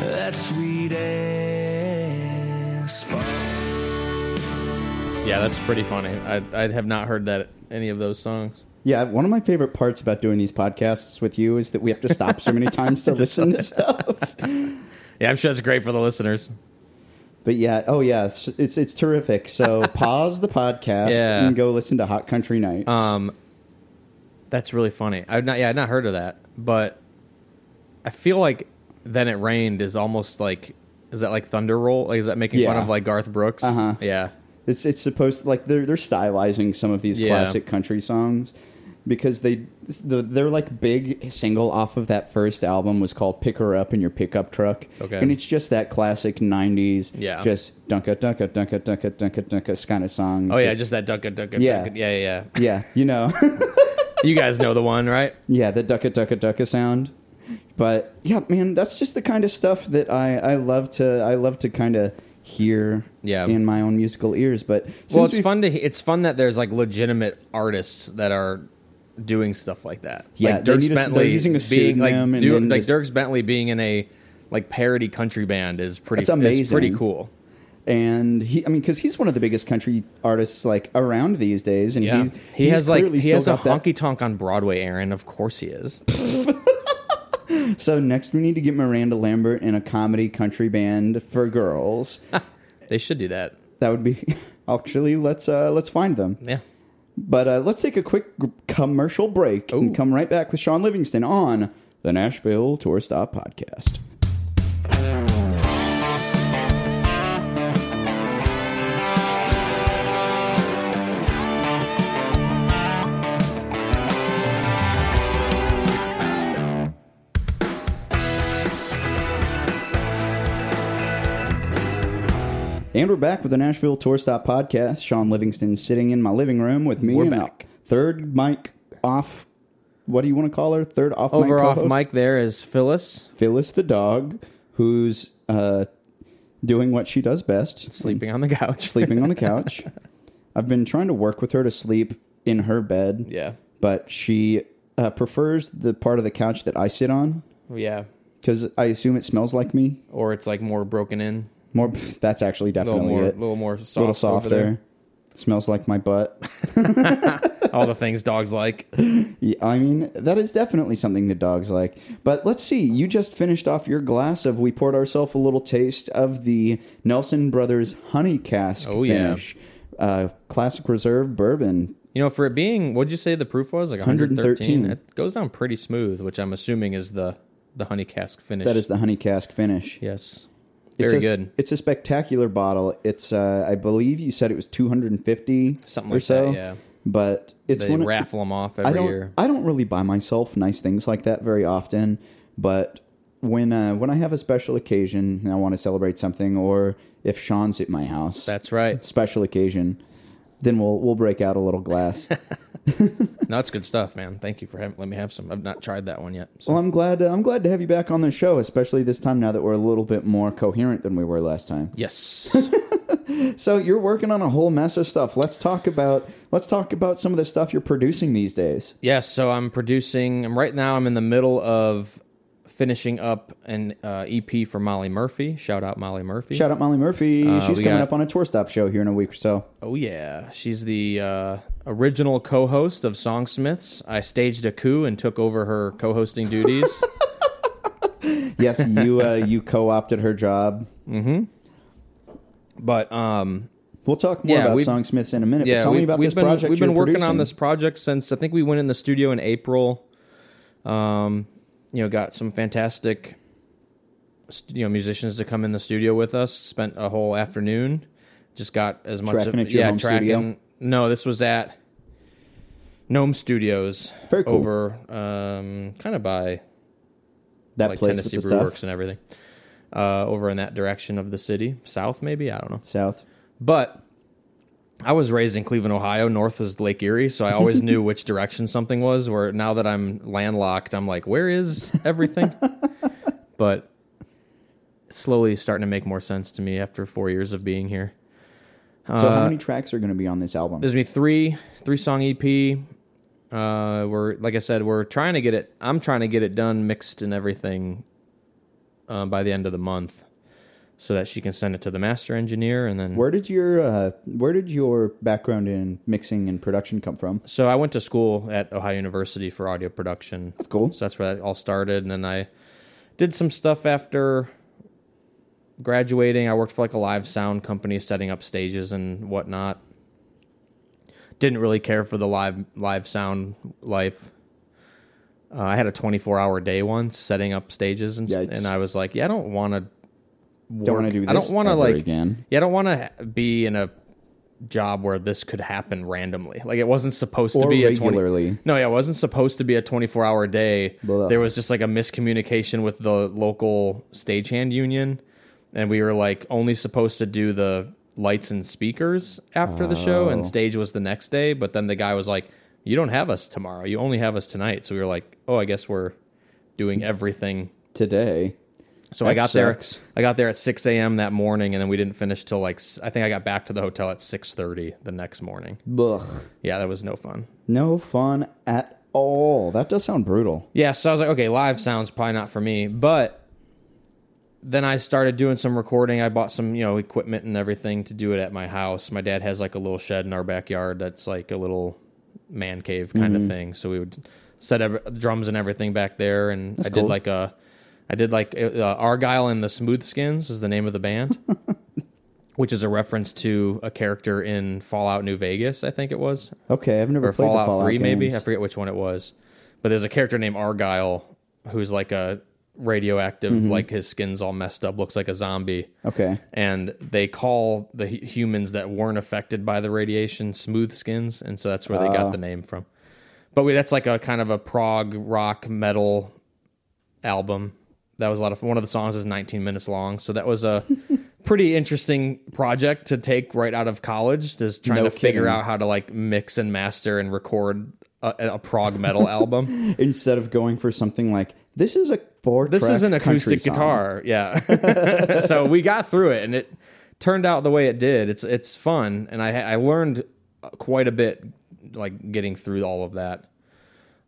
A: that sweet asphalt.
C: Yeah, that's pretty funny. I I have not heard that any of those songs.
B: Yeah, one of my favorite parts about doing these podcasts with you is that we have to stop so many times to listen to
C: [LAUGHS]
B: stuff.
C: Yeah, I'm sure it's great for the listeners.
B: But yeah, oh yeah, it's it's, it's terrific.
C: [LAUGHS]
B: So pause the podcast
C: Yeah.
B: and go listen to Hot Country Nights.
C: Um, that's really funny. I've not, yeah, I've not heard of that, but I feel like "Then It Rained" is almost like, is that like Thunder Roll? Like, is that making fun
B: Yeah.
C: of like Garth Brooks?
B: Uh-huh.
C: Yeah,
B: It's it's supposed like they're they're stylizing some of these
C: Yeah.
B: classic country songs because they the, their like big single off of that first album was called "Pick Her Up in Your Pickup Truck,"
C: Okay.
B: and it's just that classic '90s,
C: Yeah.
B: just dunka dunka dunka dunka dunka dunka kind of song.
C: Oh yeah, just that ducka ducka.
B: Yeah.
C: ducka- yeah, yeah. yeah.
B: yeah, you know, [LAUGHS]
C: you guys know the one, right?
B: yeah, the dunka dunka dunka sound. But yeah, man, that's just the kind of stuff that I I love to I love to kind of hear
C: Yeah.
B: in my own musical ears. But
C: well,
B: since
C: it's
B: we've-
C: fun to it's fun that there's like legitimate artists that are doing stuff like that.
B: Yeah,
C: like
B: they
C: Dirks
B: need a- they're
C: Bentley
B: using a
C: being like,
B: pseudonym and
C: do-
B: then
C: like
B: just-
C: Dirks Bentley being in a like parody country band is pretty
B: That's
C: Is pretty
B: amazing.
C: cool.
B: and he i mean because he's one of the biggest country artists like around these days and
C: Yeah,
B: he's,
C: he
B: he's
C: has like
B: clearly
C: he
B: still
C: has a
B: got that-
C: honky tonk on Broadway. Aaron, of course he is. [LAUGHS]
B: so next we need to get miranda lambert in a comedy country band for
C: [LAUGHS]
B: girls
C: they should do that.
B: that would be [LAUGHS] actually let's uh let's find them
C: Yeah,
B: but uh let's take a quick g- commercial break
C: Ooh.
B: and come right back with sean livingston on the nashville tour stop podcast And we're back with the Nashville Tour Stop podcast. Sean Livingston sitting in my living room with me
C: We're
B: and
C: back.
B: our third mic off. What do you want to call her? Third off mic
C: Over off
B: co-host?
C: mic there is Phyllis
B: Phyllis the dog, who's uh, doing what she does best,
C: sleeping on the couch.
B: [LAUGHS] sleeping on the couch. I've been trying to work with her to sleep in her bed.
C: [LAUGHS] Yeah.
B: But she uh, prefers the part of the couch that I sit on
C: Yeah.
B: because I assume it smells like me.
C: Or it's like more broken in.
B: More. [LAUGHS] That's actually
C: A little
B: definitely
C: more,
B: it.
C: little more soft.
B: A little
C: over there.
B: softer. Smells like my butt.
C: All the things dogs like.
B: Yeah, I mean, that is definitely something the dogs like. But let's see. You just finished off your glass of. We poured ourselves a little taste of the Nelson Brothers Honey Cask
C: Oh, yeah.
B: finish, uh, classic reserve bourbon.
C: You know, for it being, what'd you say the proof was? Like 113.
B: 113.
C: It goes down pretty smooth, which I'm assuming is the the honey cask finish.
B: That is the Honey Cask finish.
C: yes,
B: It's
C: very
B: a-
C: good.
B: It's a spectacular bottle. It's, uh, I believe, you said it was 250
C: Something
B: or
C: like that,
B: so.
C: yeah.
B: But it's
C: They
B: one of-
C: raffle them off
B: I
C: every
B: don't.
C: year.
B: I don't really buy myself nice things like that very often, but when uh, when I have a special occasion and I want to celebrate something, or if Sean's at my house,
C: That's right.
B: special occasion, then we'll we'll break out a little
C: [LAUGHS]
B: glass.
C: No, it's good stuff, man. Thank you for having let me have some. I've not tried that one yet. So.
B: well, I'm glad uh, I'm glad to have you back on the show, especially this time now that we're a little bit more coherent than we were last time.
C: yes, [LAUGHS]
B: So you're working on a whole mess of stuff. Let's talk about let's talk about some of the stuff you're producing these days.
C: yes. So I'm producing. I'm right now. I'm in the middle of finishing up an uh, EP for Molly Murphy. Shout out Molly Murphy.
B: Shout out Molly Murphy. She's
C: Uh, we
B: coming
C: got-
B: up on a tour stop show here in a week or so.
C: Oh yeah, she's the uh, original co-host of Songsmiths. I staged a coup and took over her
B: [LAUGHS]
C: co-hosting duties.
B: Yes, you
C: [LAUGHS]
B: uh, you co-opted her job.
C: but um,
B: We'll talk more
C: Yeah,
B: about
C: we've-
B: Songsmiths in a minute.
C: yeah,
B: but tell
C: we,
B: me about
C: we've
B: this
C: been
B: project.
C: we've been
B: you're
C: working on
B: producing.
C: this project since I think we went in the studio in April. Um, you know, got some fantastic st- you know musicians to come in the studio with us. Spent a whole afternoon. Just got as much
B: Tracking
C: of,
B: at your
C: yeah
B: home
C: tracking.
B: studio?
C: No, this was at Gnome Studios
B: Very cool.
C: over um, kind of by
B: that
C: like
B: place
C: Tennessee
B: with
C: Brew
B: the stuff.
C: Works and everything. Uh, over in that direction of the city, south maybe I don't know.
B: South.
C: But I was raised in Cleveland, Ohio. North is Lake Erie, so I
B: [LAUGHS]
C: always knew which direction something was. Where now that I'm landlocked, I'm like, where is
B: [LAUGHS]
C: everything? but slowly starting to make more sense to me after four years of being here.
B: So
C: Uh,
B: how many tracks are going to be on this album?
C: There's gonna be three three song EP. Uh, we're like I said, we're trying to get it. I'm trying to get it done, mixed and everything, uh, by the end of the month, so that she can send it to the master engineer and then.
B: Where did your uh, Where did your background in mixing and production come from?
C: So I went to school at Ohio University for audio production.
B: That's cool.
C: So that's where that all started, and then I did some stuff after graduating. I worked for like a live sound company, setting up stages and whatnot. Didn't really care for the live live sound life. Uh, I had a 24 hour day once setting up stages, and s-
B: Yikes.
C: and I was like, yeah, I don't want to.
B: Don't want to do this.
C: I don't want to
B: ever
C: like
B: again.
C: yeah, I don't want to be in a job where this could happen randomly. Like it wasn't supposed to
B: Or
C: be A 20,
B: regularly.
C: no, yeah, it wasn't supposed to be a 24 hour day.
B: Blah.
C: There was just like a miscommunication with the local stagehand union, and we were like only supposed to do the lights and speakers after the show,
B: Oh.
C: and stage was the next day. But then the guy was like, "You don't have us tomorrow. You only have us tonight." So we were like, "Oh, I guess we're doing everything."
B: today.
C: So
B: That
C: I got
B: sucks.
C: there. I got there at six a.m. that morning, and then we didn't finish till like s- I think I got back to the hotel at six thirty the next morning.
B: Ugh.
C: Yeah, that was no fun.
B: No fun at all. That does sound brutal.
C: Yeah, so I was like, okay, live sounds probably not for me. But then I started doing some recording. I bought some, you know, equipment and everything to do it at my house. My dad has like a little shed in our backyard that's like a little man cave kind of thing. So we would set up drums and everything back there and I did
B: cool.
C: like a I did like uh, Argyle and the Smooth Skins is the name of the band. Which is a reference to a character in Fallout New Vegas, I think it was,
B: Okay, I've never
C: or
B: played
C: Fallout,
B: the Fallout
C: Three, maybe
B: games.
C: I forget which one it was. But there's a character named Argyle who's like a radioactive,
B: Mm-hmm.
C: like his skin's all messed up, looks like a zombie.
B: Okay,
C: And they call the hu- humans that weren't affected by the radiation smooth skins, and so that's where they
B: Ah.
C: got the name from. But we, that's like a kind of a prog rock metal
B: [LAUGHS]
C: album. That was a lot of one of the songs is 19 minutes long, so that was a pretty interesting project to take right out of college, just trying
B: No
C: to figure
B: kidding.
C: out how to like mix and master and record a, a prog
B: [LAUGHS]
C: metal album.
B: Instead of going for something like this is a four.
C: This is an acoustic guitar, yeah. [LAUGHS] so we got through it, and it turned out the way it did. It's it's fun, and I I learned quite a bit like getting through all of that.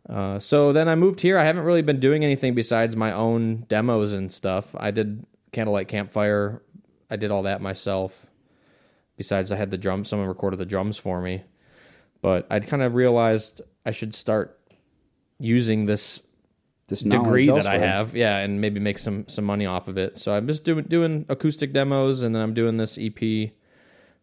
C: Uh, so then I moved here. I haven't really been doing anything besides my own demos and stuff. I did Candlelight Campfire. I did all that myself. Besides, I had the drums. Someone recorded the drums for me. But I kind of realized I should start using this
B: This
C: degree
B: knowledge
C: that I
B: elsewhere.
C: have, yeah, and maybe make some some money off of it. So I'm just doing doing acoustic demos, and then I'm doing this EP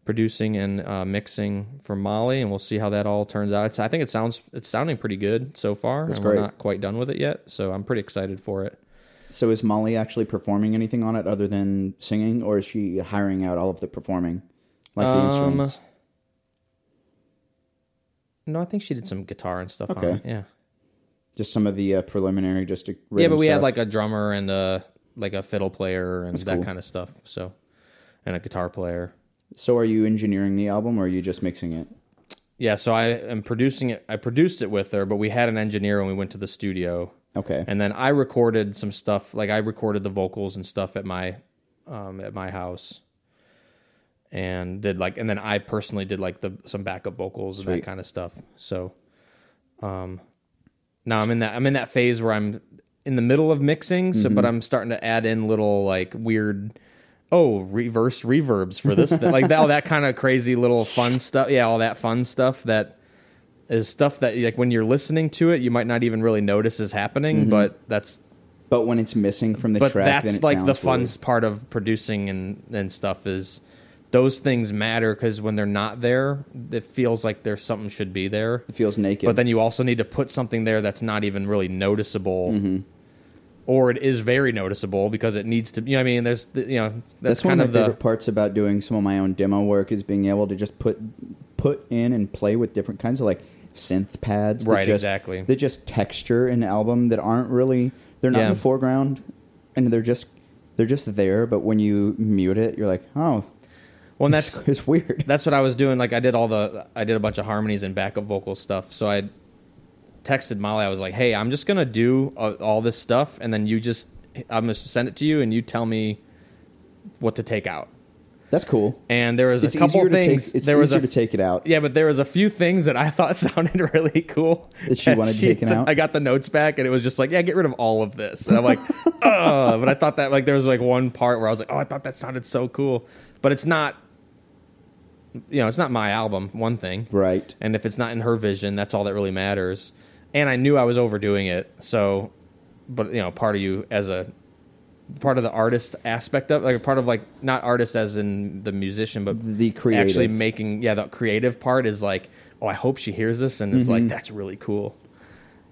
C: producing and uh, mixing for Molly, and we'll see how that all turns out. It's, I think it sounds it's sounding pretty good so far. and
B: great.
C: We're not quite done with it yet, so I'm pretty excited for it.
B: So is Molly actually performing anything on it other than singing, or is she hiring out all of the performing, like the
C: Um,
B: instruments?
C: No, I think she did some guitar and stuff.
B: Okay.
C: on it. yeah,
B: Just some of the uh, preliminary, just to
C: yeah, but we had like a drummer and a like a fiddle player and that
B: cool.
C: kind of stuff. So, and a guitar player.
B: So are you engineering the album, or are you just mixing it?
C: Yeah, so I am producing it. I produced it with her, but we had an engineer when we went to the studio,
B: Okay.
C: and then I recorded some stuff. Like I recorded the vocals and stuff at my um, at my house, and did like, and then I personally did like the some backup vocals and
B: Sweet.
C: that kind of stuff. So, um, now I'm in that I'm in that phase where I'm in the middle of mixing, so
B: Mm-hmm.
C: but I'm starting to add in little like weird oh reverse reverbs for this like that, all that kind of crazy little fun stuff yeah all that fun stuff that is stuff that like when you're listening to it you might not even really notice is happening but that's
B: but when it's missing from the
C: but
B: track, then Mm-hmm.
C: that's
B: it
C: like the
B: sounds
C: fun
B: weird.
C: part of producing and and stuff is those things matter because when they're not there it feels like there's something should be there
B: It feels naked.
C: but then you also need to put something there that's not even really noticeable
B: Mm-hmm.
C: or it is very noticeable because it needs to you know what i mean there's you know that's,
B: that's, one
C: kind of
B: of my
C: the
B: favorite parts about doing some of my own demo work is being able to just put put in and play with different kinds of like synth pads
C: Right,
B: that just,
C: exactly.
B: that just texture an album that aren't really they're not in
C: Yeah.
B: the foreground and they're just they're just there but when you mute it you're like oh
C: well and
B: that's [LAUGHS]
C: that's
B: it's weird
C: that's what I was doing. Like I did all the I did a bunch of harmonies and backup vocal stuff. So I texted Molly. I was like, "Hey, I'm just gonna do uh, all this stuff, and then you just I'm gonna send it to you, and you tell me what to take out."
B: that's cool
C: And there was a
B: it's
C: couple
B: easier
C: things.
B: to take it's
C: there was
B: easier to
C: a
B: take it out
C: yeah, but there was a few things that I thought [LAUGHS] sounded really cool.
B: That she wanted taken out?
C: I got the notes back, and it was just like, yeah, get rid of all of this. And I'm like, [LAUGHS] oh, but I thought that like there was like one part where I was like, oh, I thought that sounded so cool, but it's not. You know, it's not my album. One thing,
B: right
C: and if it's not in her vision, that's all that really matters. And I knew I was overdoing it, so. But you know, part of you as a part of the artist aspect of like part of like not artist as in the musician, but
B: The creative.
C: actually making yeah the creative part is like oh I hope she hears this and is
B: Mm-hmm.
C: like that's really cool.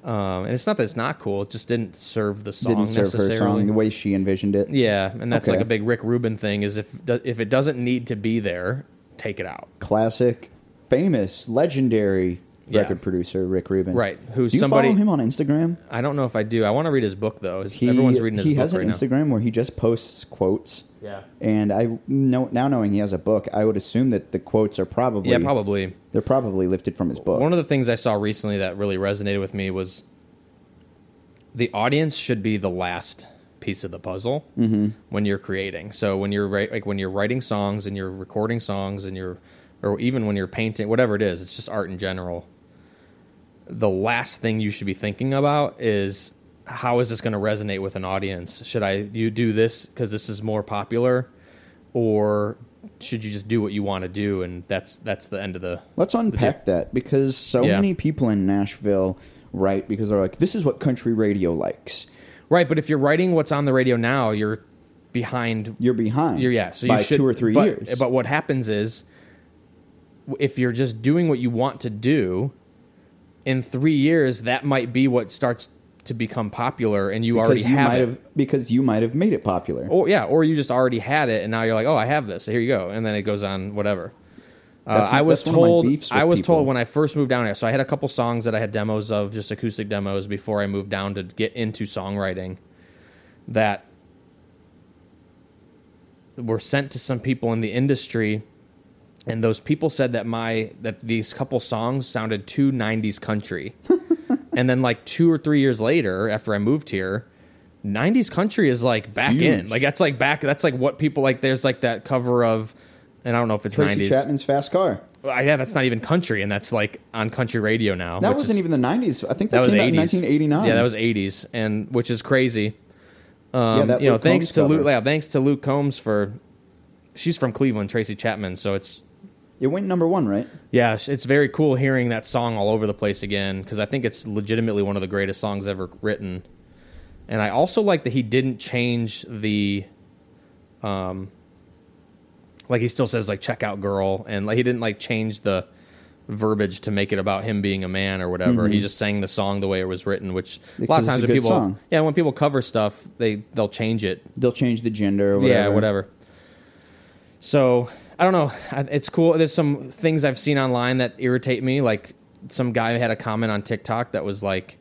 C: Um, and it's not that it's not cool; it just didn't serve the song
B: didn't serve her
C: necessarily.
B: song the way she envisioned it
C: Yeah, and that's like
B: Okay.
C: a big Rick Rubin thing: is if if it doesn't need to be there, take it out.
B: classic famous legendary
C: Yeah.
B: record producer Rick Rubin
C: Right, who's
B: do you
C: somebody-
B: follow him on Instagram
C: I don't know if I do. I want to read his book though. His-
B: he,
C: everyone's reading his
B: he
C: book
B: has
C: right
B: an Instagram where he just posts quotes.
C: Yeah.
B: And I know now knowing he has a book, I would assume that the quotes are probably
C: now. Yeah, probably.
B: they're probably lifted from his book.
C: One of the things I saw recently that really resonated with me was the audience should be the last piece of the puzzle when you're creating. So when you're write, like when you're writing songs and you're recording songs and you're or even when you're painting whatever it is, it's just art in general. The last thing you should be thinking about is how is this going to resonate with an audience? Should I you do this cuz this is more popular or should you just do what you want to do and that's that's the end of the
B: Let's unpack that because so
C: Yeah.
B: many people in Nashville write because they're like, This is what country radio likes.
C: Right, but if you're writing what's on the radio now, you're behind.
B: You're behind.
C: You're yeah. So you
B: by
C: should,
B: two or three
C: but-
B: years.
C: But what happens is, w- if you're just doing what you want to do, in three years that might be what starts to become popular, and you already
B: because you
C: have
B: might
C: it. Oh,
B: have because you might have made it popular.
C: Or yeah, or you just already had it, and now you're like, oh, I have this. Here you go, and then it goes on whatever. Uh,
B: That's my-
C: I was
B: that's one of my
C: told.
B: beefs with
C: I was
B: people.
C: told when I first moved down here. So I had a couple songs that I had demos of, just acoustic demos, before I moved down to get into songwriting. That were sent to some people in the industry, and those people said that my that these couple songs sounded too '90s
B: [LAUGHS]
C: country. and then like two or three years later, after I moved here. 90s country is like back in
B: Huge.
C: like that's like back that's like what people like there's like that cover of and i don't know if it's
B: Tracy
C: 90s
B: Chapman's Fast Car.
C: well, yeah, that's not even country, and that's like on country radio now.
B: That
C: which
B: wasn't
C: is-
B: even the 90s. I think that,
C: that was
B: came out in
C: eighties.
B: 1989.
C: Yeah, that was eighties, and which is crazy. Um,
B: Yeah, that
C: you know,
B: Luke
C: thanks
B: Combs
C: to Luke.
B: cover.
C: Yeah, thanks to Luke Combs for. She's from Cleveland, Tracy Chapman, so it's
B: It went number one, right?
C: yeah, it's- it's very cool hearing that song all over the place again because I think it's legitimately one of the greatest songs ever written. And I also like that he didn't change the, um, like he still says like "check out girl" and like he didn't like change the verbiage to make it about him being a man or whatever. He just sang the song the way it was written, which a lot
B: Because Mm-hmm. it's
C: of times
B: a
C: when
B: good
C: people
B: song.
C: yeah when people cover stuff they they'll change it
B: They'll change the gender or whatever.
C: yeah, whatever. So I don't know. I- It's cool. There's some things I've seen online that irritate me. Like some guy had a comment on TikTok that was like,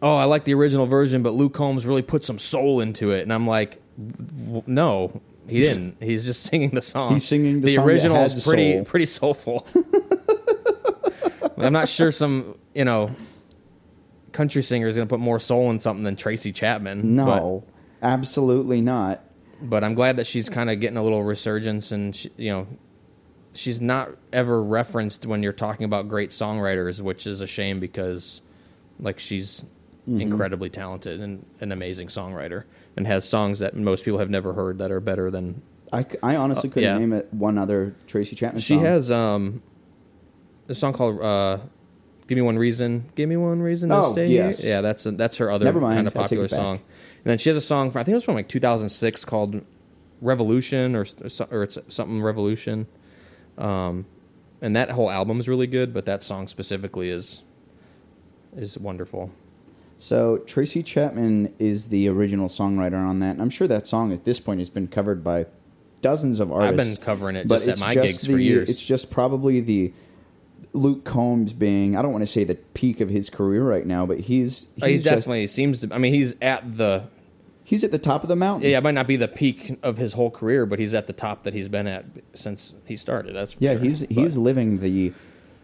C: "Oh, I like the original version, but Luke Combs really put some soul into it." And I'm like, w- "No,
B: [LAUGHS]
C: he didn't. He's just singing the song.
B: He's singing the song that
C: original
B: had
C: is
B: the
C: pretty
B: soul.
C: pretty
B: [LAUGHS]
C: soulful." I'm not sure some you know country singer is going to put more soul in something than Tracy Chapman. but-
B: No, absolutely not.
C: but I'm glad that she's kind of getting a little resurgence, and she, you know, she's not ever referenced when you're talking about great songwriters, which is a shame because, like, she's incredibly talented and an amazing songwriter, and has songs that most people have never heard that are better than
B: I, c- I honestly couldn't
C: Uh, yeah.
B: name it one other Tracy Chapman
C: she
B: song.
C: has. Um, a song called uh, "Give Me One Reason." Give me one reason to
B: Oh,
C: stay.
B: yes.
C: Here. Yeah, that's that's her other
B: Never mind,
C: kind of
B: I take
C: popular
B: it back.
C: song. And then she has a song. From, I think it was from like 2006 called "Revolution" or or, so- or it's something "Revolution." Um, and that whole album is really good, but that song specifically is is wonderful.
B: So Tracy Chapman is the original songwriter on that, and I'm sure that song at this point has been covered by dozens of
C: I've
B: artists.
C: been covering it
B: but
C: just at
B: it's
C: my gigs
B: the,
C: for years.
B: It's just probably the Luke Combs being I don't want to say the peak of his career right now, but he's he's,
C: Uh, he's
B: just-
C: definitely seems to. I mean, he's at the.
B: he's at the top of the mountain.
C: Yeah, it might not be the peak of his whole career, but he's at the top that he's been at since he started. That's for
B: Yeah,
C: sure.
B: he's
C: But-
B: he's living the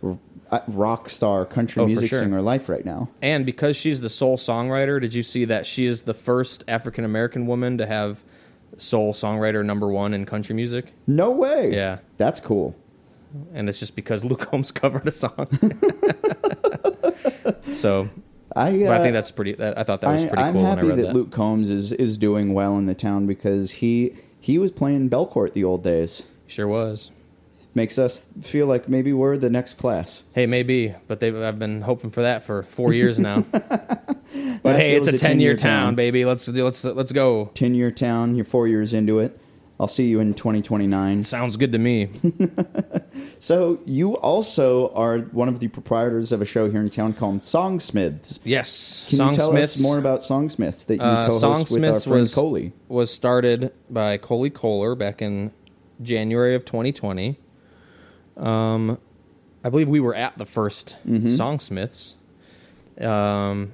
B: r- uh, rock star country
C: Oh, for
B: music
C: sure.
B: singer life right now.
C: And because she's the sole songwriter, did you see that she is the first African American woman to have sole songwriter number one in country music?
B: No way.
C: Yeah.
B: that's cool.
C: And it's just because [LAUGHS] Luke Holmes covered a song. [LAUGHS] so,
B: I
C: but
B: uh,
C: I think that's pretty. That, I thought that was pretty
B: I, am
C: cool when I
B: happy
C: read
B: that,
C: that.
B: Luke Combs is is doing well in the town because he he was playing Belcourt the old days.
C: Sure was.
B: Makes us feel like maybe we're the next class.
C: Hey, maybe, but they've, I've been hoping for that for four
B: [LAUGHS]
C: years now. but hey,
B: Nashville
C: it's
B: is
C: a
B: a
C: ten-year
B: 10-year
C: town,
B: town.
C: baby. Let's do- let's let's go.
B: Ten year town. You're four years into it. I'll see you in 2029.
C: Sounds good
B: [LAUGHS]
C: to me.
B: So you also are one of the proprietors of a show here in town called Songsmiths.
C: Yes.
B: Can
C: Songsmiths.
B: you tell us more about Songsmiths that you
C: Uh,
B: co-host with our
C: Songsmiths
B: friend
C: was
B: Coley?
C: was started by Coley Kohler back in January of 2020. Um, I believe we were at the 1st Songsmiths. Um,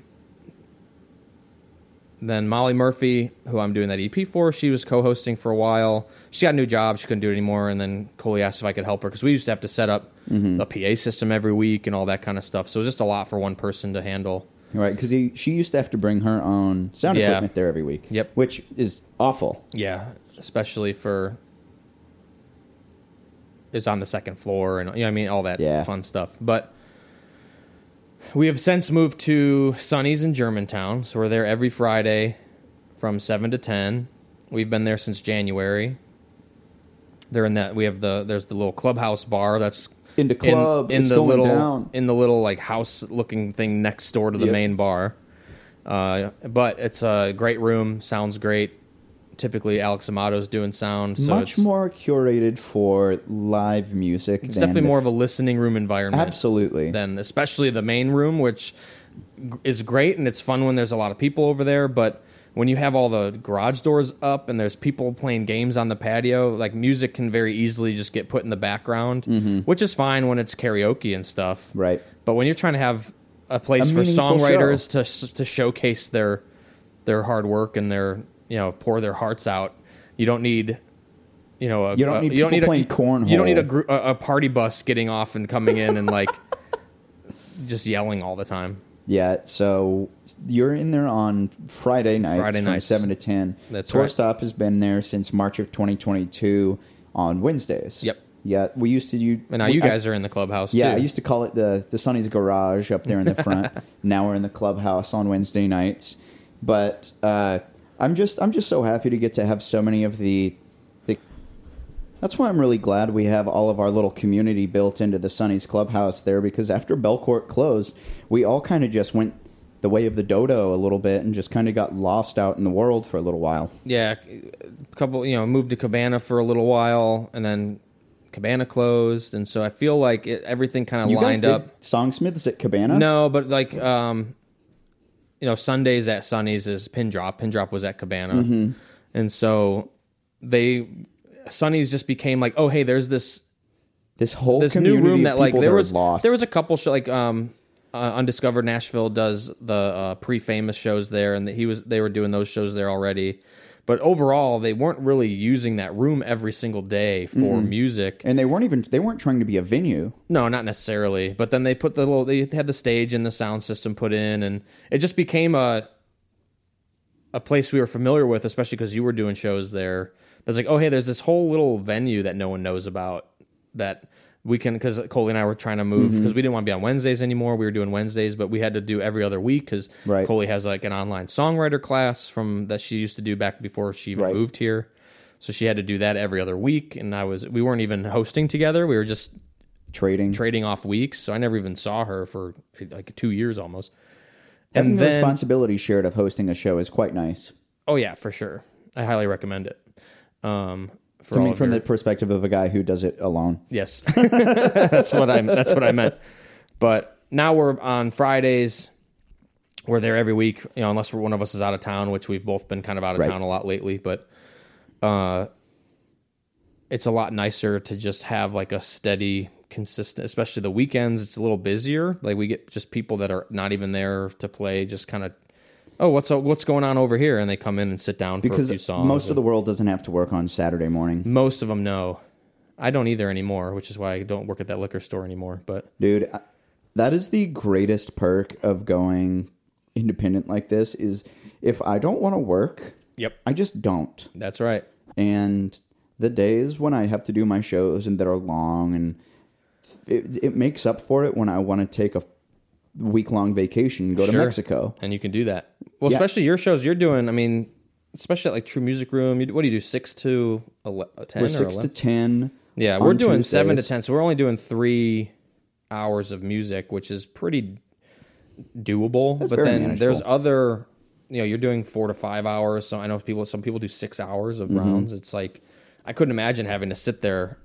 C: then Molly Murphy, who I'm doing that EP for, she was co-hosting for a while. She got a new job; she couldn't do it anymore. And then Coley asked if I could help her because we used to have to set up a PA system every week and all that kind of stuff. So it was just a lot for one person to handle.
B: Right, because she used to have to bring her own sound
C: Yeah.
B: equipment there every week.
C: Yep.
B: which is awful.
C: Yeah, especially for it's on the second floor and you know what I mean all that
B: Yeah.
C: fun stuff. But we have since moved to Sunny's in Germantown, so we're there every Friday from 7 to 10. We've been there since January. They're in that we have the there's the little clubhouse bar that's
B: In the club, it's
C: the
B: going
C: little
B: down.
C: in the little like house looking thing next door to the
B: Yep.
C: main bar. Uh, but it's a great room, sounds great. Typically, Alex Amato's doing sound, so
B: Much
C: it's,
B: more curated for live music.
C: it's
B: than
C: definitely
B: the
C: more of
B: f-
C: a listening room environment.
B: Absolutely.
C: Than especially the main room, which g- is great and it's fun when there's a lot of people over there, but when you have all the garage doors up and there's people playing games on the patio, like music can very easily just get put in the background,
B: Mm-hmm.
C: which is fine when it's karaoke and stuff.
B: Right.
C: But when you're trying to have a place
B: A
C: for
B: meaningful
C: songwriters to to showcase their their hard work and their you know pour their hearts out, you don't need you know, a,
B: You don't
C: a-
B: need
C: you don't
B: people
C: need a,
B: playing
C: You don't need a,
B: cornhole.
C: group, a a party bus getting off and coming in and like [LAUGHS] just yelling all the time.
B: Yeah, so you're in there on Friday nights
C: Friday
B: from
C: nights.
B: 7 to 10.
C: That's
B: Tour
C: right.
B: Stop has been there since March of 2022 on Wednesdays.
C: Yep.
B: Yeah, we used to you
C: And now you
B: I-
C: guys are in the clubhouse.
B: Yeah,
C: too.
B: I used to call it the the Sonny's Garage up there in the
C: [LAUGHS]
B: front. now we're in the clubhouse on Wednesday nights. But uh, I'm just I'm just so happy to get to have so many of the the. That's why I'm really glad we have all of our little community built into the Sonny's clubhouse there because after Belcourt closed, we all kind of just went the way of the dodo a little bit and just kind of got lost out in the world for a little while.
C: yeah, a couple, you know, moved to Cabana for a little while, and then Cabana closed, and so I feel like it, everything kind of
B: You guys
C: lined
B: did
C: up.
B: Songsmiths at Cabana.
C: No, but like, um, you know, Sundays at Sunny's is pin drop. Pin drop was at Cabana,
B: Mm-hmm.
C: and so they Sunny's just became like, oh hey, there's this
B: this whole
C: this new
B: community
C: room
B: of
C: that like
B: people
C: there
B: that
C: was
B: are lost.
C: there was a couple show like um uh, undiscovered nashville does the uh, pre-famous shows there and he was they were doing those shows there already but overall they weren't really using that room every single day for
B: Mm-hmm.
C: music
B: and they weren't even they weren't trying to be a venue.
C: no not necessarily but then they put the little they had the stage and the sound system put in and it just became a a place we were familiar with especially because you were doing shows there that's like oh hey there's this whole little venue that no one knows about that we can because Coley and I were trying to move
B: Mm-hmm.
C: because we didn't want to be on Wednesdays anymore. We were doing Wednesdays, but we had to do every other week because
B: Right.
C: Coley has like an online songwriter class from that she used to do back before she even
B: Right.
C: moved here. So she had to do that every other week, and I was we weren't even hosting together. We were just
B: trading.
C: trading off weeks. So I never even saw her for like two years almost.
B: Having
C: And
B: the
C: then,
B: responsibility shared of hosting a show is quite nice.
C: oh yeah, for sure. I highly recommend it. Um, for all
B: Coming
C: of
B: from
C: your-
B: the perspective of a guy who does it alone.
C: Yes, [LAUGHS] that's what I that's what I meant. But now we're on Fridays. We're there every week, you know, unless we're, one of us is out of town, which we've both been kind of out of
B: Right.
C: town a lot lately. But uh, it's a lot nicer to just have like a steady, consistent. Especially the weekends, it's a little busier. Like we get just people that are not even there to play, just kind of. Oh, what's what's going on over here? And they come in and sit down for a
B: Because
C: few songs.
B: most
C: and-
B: of the world doesn't have to work on Saturday morning.
C: most of them know. I don't either anymore, which is why I don't work at that liquor store anymore. But
B: Dude, I- that is the greatest perk of going independent like this is if I don't want to work,
C: yep,
B: I just don't.
C: that's right.
B: and the days when I have to do my shows and that are long and it, it makes up for it when I want to take a week long vacation and go to
C: Sure.
B: Mexico.
C: and you can do that. Well,
B: Yeah.
C: especially your shows you're doing. I mean, especially at like True Music Room. You, what do you do? Six to ele- uh, 10
B: We're
C: or
B: six to
C: 11?
B: ten.
C: yeah, we're
B: on
C: doing seven to
B: Tuesdays.
C: ten. So we're only doing three hours of music, which is pretty doable. but
B: very
C: then there's
B: manageable.
C: other. You know, you're doing four to five hours. So I know people. Some people do six hours
B: Mm-hmm.
C: of rounds. It's like I couldn't imagine having to sit there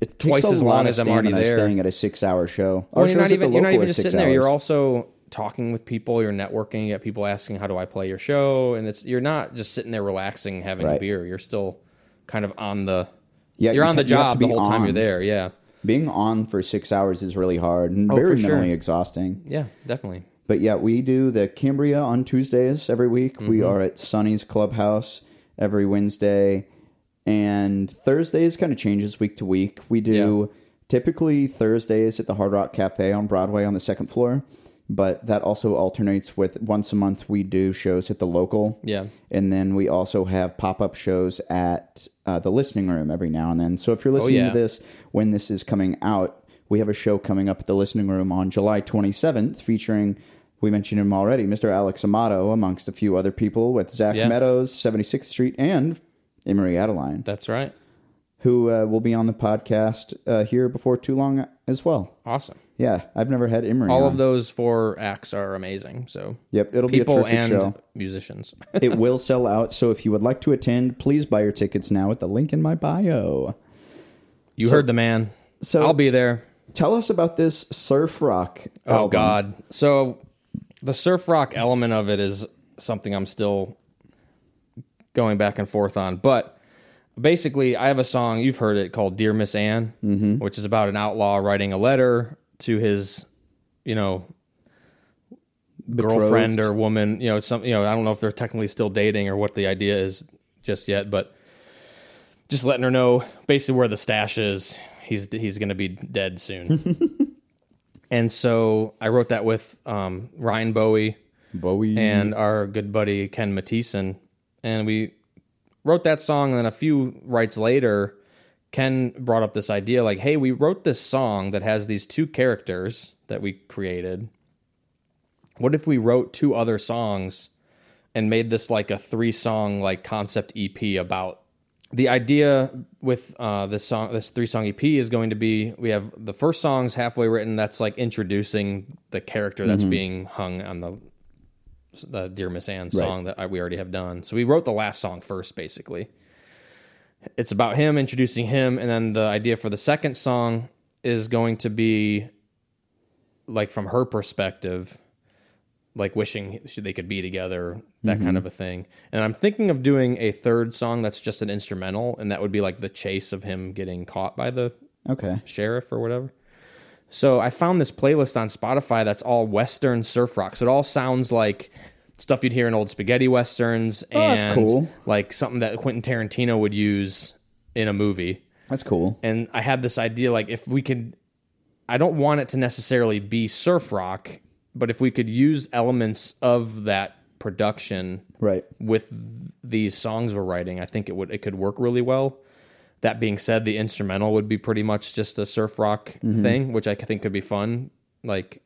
B: It takes
C: twice
B: a
C: as
B: lot
C: long
B: of
C: as I'm already
B: stamina
C: there.
B: Staying at a six-hour show. Our
C: Well, you're
B: shows
C: not
B: at the
C: even you're not
B: local
C: even
B: are
C: just
B: six
C: sitting there. You're
B: hours.
C: also talking with people. You're networking. You got people asking, "How do I play your show?" And it's you're not just sitting there relaxing, having a
B: Right.
C: beer. You're still kind of on the
B: Yeah,
C: you're
B: you
C: on the
B: ca- you have
C: job
B: to
C: the
B: be
C: whole time
B: on.
C: you're there. Yeah,
B: being on for six hours is really hard and very
C: Oh, for sure.
B: mentally exhausting.
C: yeah, definitely.
B: But yeah, we do the Cambria on Tuesdays every week. We
C: Mm-hmm.
B: are at Sonny's Clubhouse every Wednesday. And Thursdays kind of changes week to week. We do typically Thursdays at the Hard Rock Cafe on Broadway on the second floor. But that also alternates with once a month we do shows at the local.
C: Yeah.
B: And then we also have pop up shows at uh, the listening room every now and then. So if you're listening
C: Oh, yeah.
B: to this when this is coming out, we have a show coming up at the listening room on July 27th featuring, we mentioned him already, Mr. Alex Amato, amongst a few other people, with Zach
C: Yeah.
B: Meadows, 76th Street, and Emery Adeline,
C: That's right.
B: who uh, will be on the podcast uh, here before too long as well.
C: Awesome.
B: Yeah, I've never had Emery.
C: All
B: on.
C: of those four acts are amazing. So
B: Yep, it'll be a
C: people
B: terrific
C: and
B: show. [LAUGHS]
C: musicians.
B: it will sell out. So if you would like to attend, please buy your tickets now at the link in my bio.
C: you heard the man.
B: so-
C: So I'll be there.
B: Tell us about this surf rock.
C: Oh
B: album.
C: God! So the surf rock element of it is something I'm still going back and forth on. But basically, I have a song you've heard it called "Dear Miss Anne," which is about an outlaw writing a letter to his, you know, girlfriend or woman. You know, some. You know, I don't know if they're technically still dating or what the idea is just yet, but just letting her know basically where the stash is. He's he's gonna be dead soon. and so I wrote that with um, Ryan Bowie
B: Bowie.
C: and our good buddy Ken Matison, and we wrote that song. And then a few writes later, Ken brought up this idea like, "Hey, we wrote this song that has these two characters that we created. What if we wrote two other songs and made this like a three-song like concept EP about?" The idea with uh, this song, this three-song EP, is going to be we have the first song's halfway written. That's like introducing the character that's being hung on the the Dear Miss Anne song that I, we already have done. So we wrote the last song first, basically. It's about him introducing him, and then the idea for the second song is going to be like from her perspective, like wishing she- they could be together, that kind of a thing. And I'm thinking of doing a third song that's just an instrumental, and that would be like the chase of him getting caught by the
B: okay.
C: sheriff or whatever. So I found this playlist on Spotify that's all Western surf rock. So it all sounds like stuff you'd hear in old spaghetti westerns and
B: Oh, that's cool.
C: like something that Quentin Tarantino would use in a movie.
B: That's cool.
C: And I had this idea like if we could I don't want it to necessarily be surf rock, but if we could use elements of that production
B: Right.
C: with these songs we're writing, I think it would it could work really well. That being said, the instrumental would be pretty much just a surf rock
B: Mm-hmm.
C: thing, which I think could be fun. Like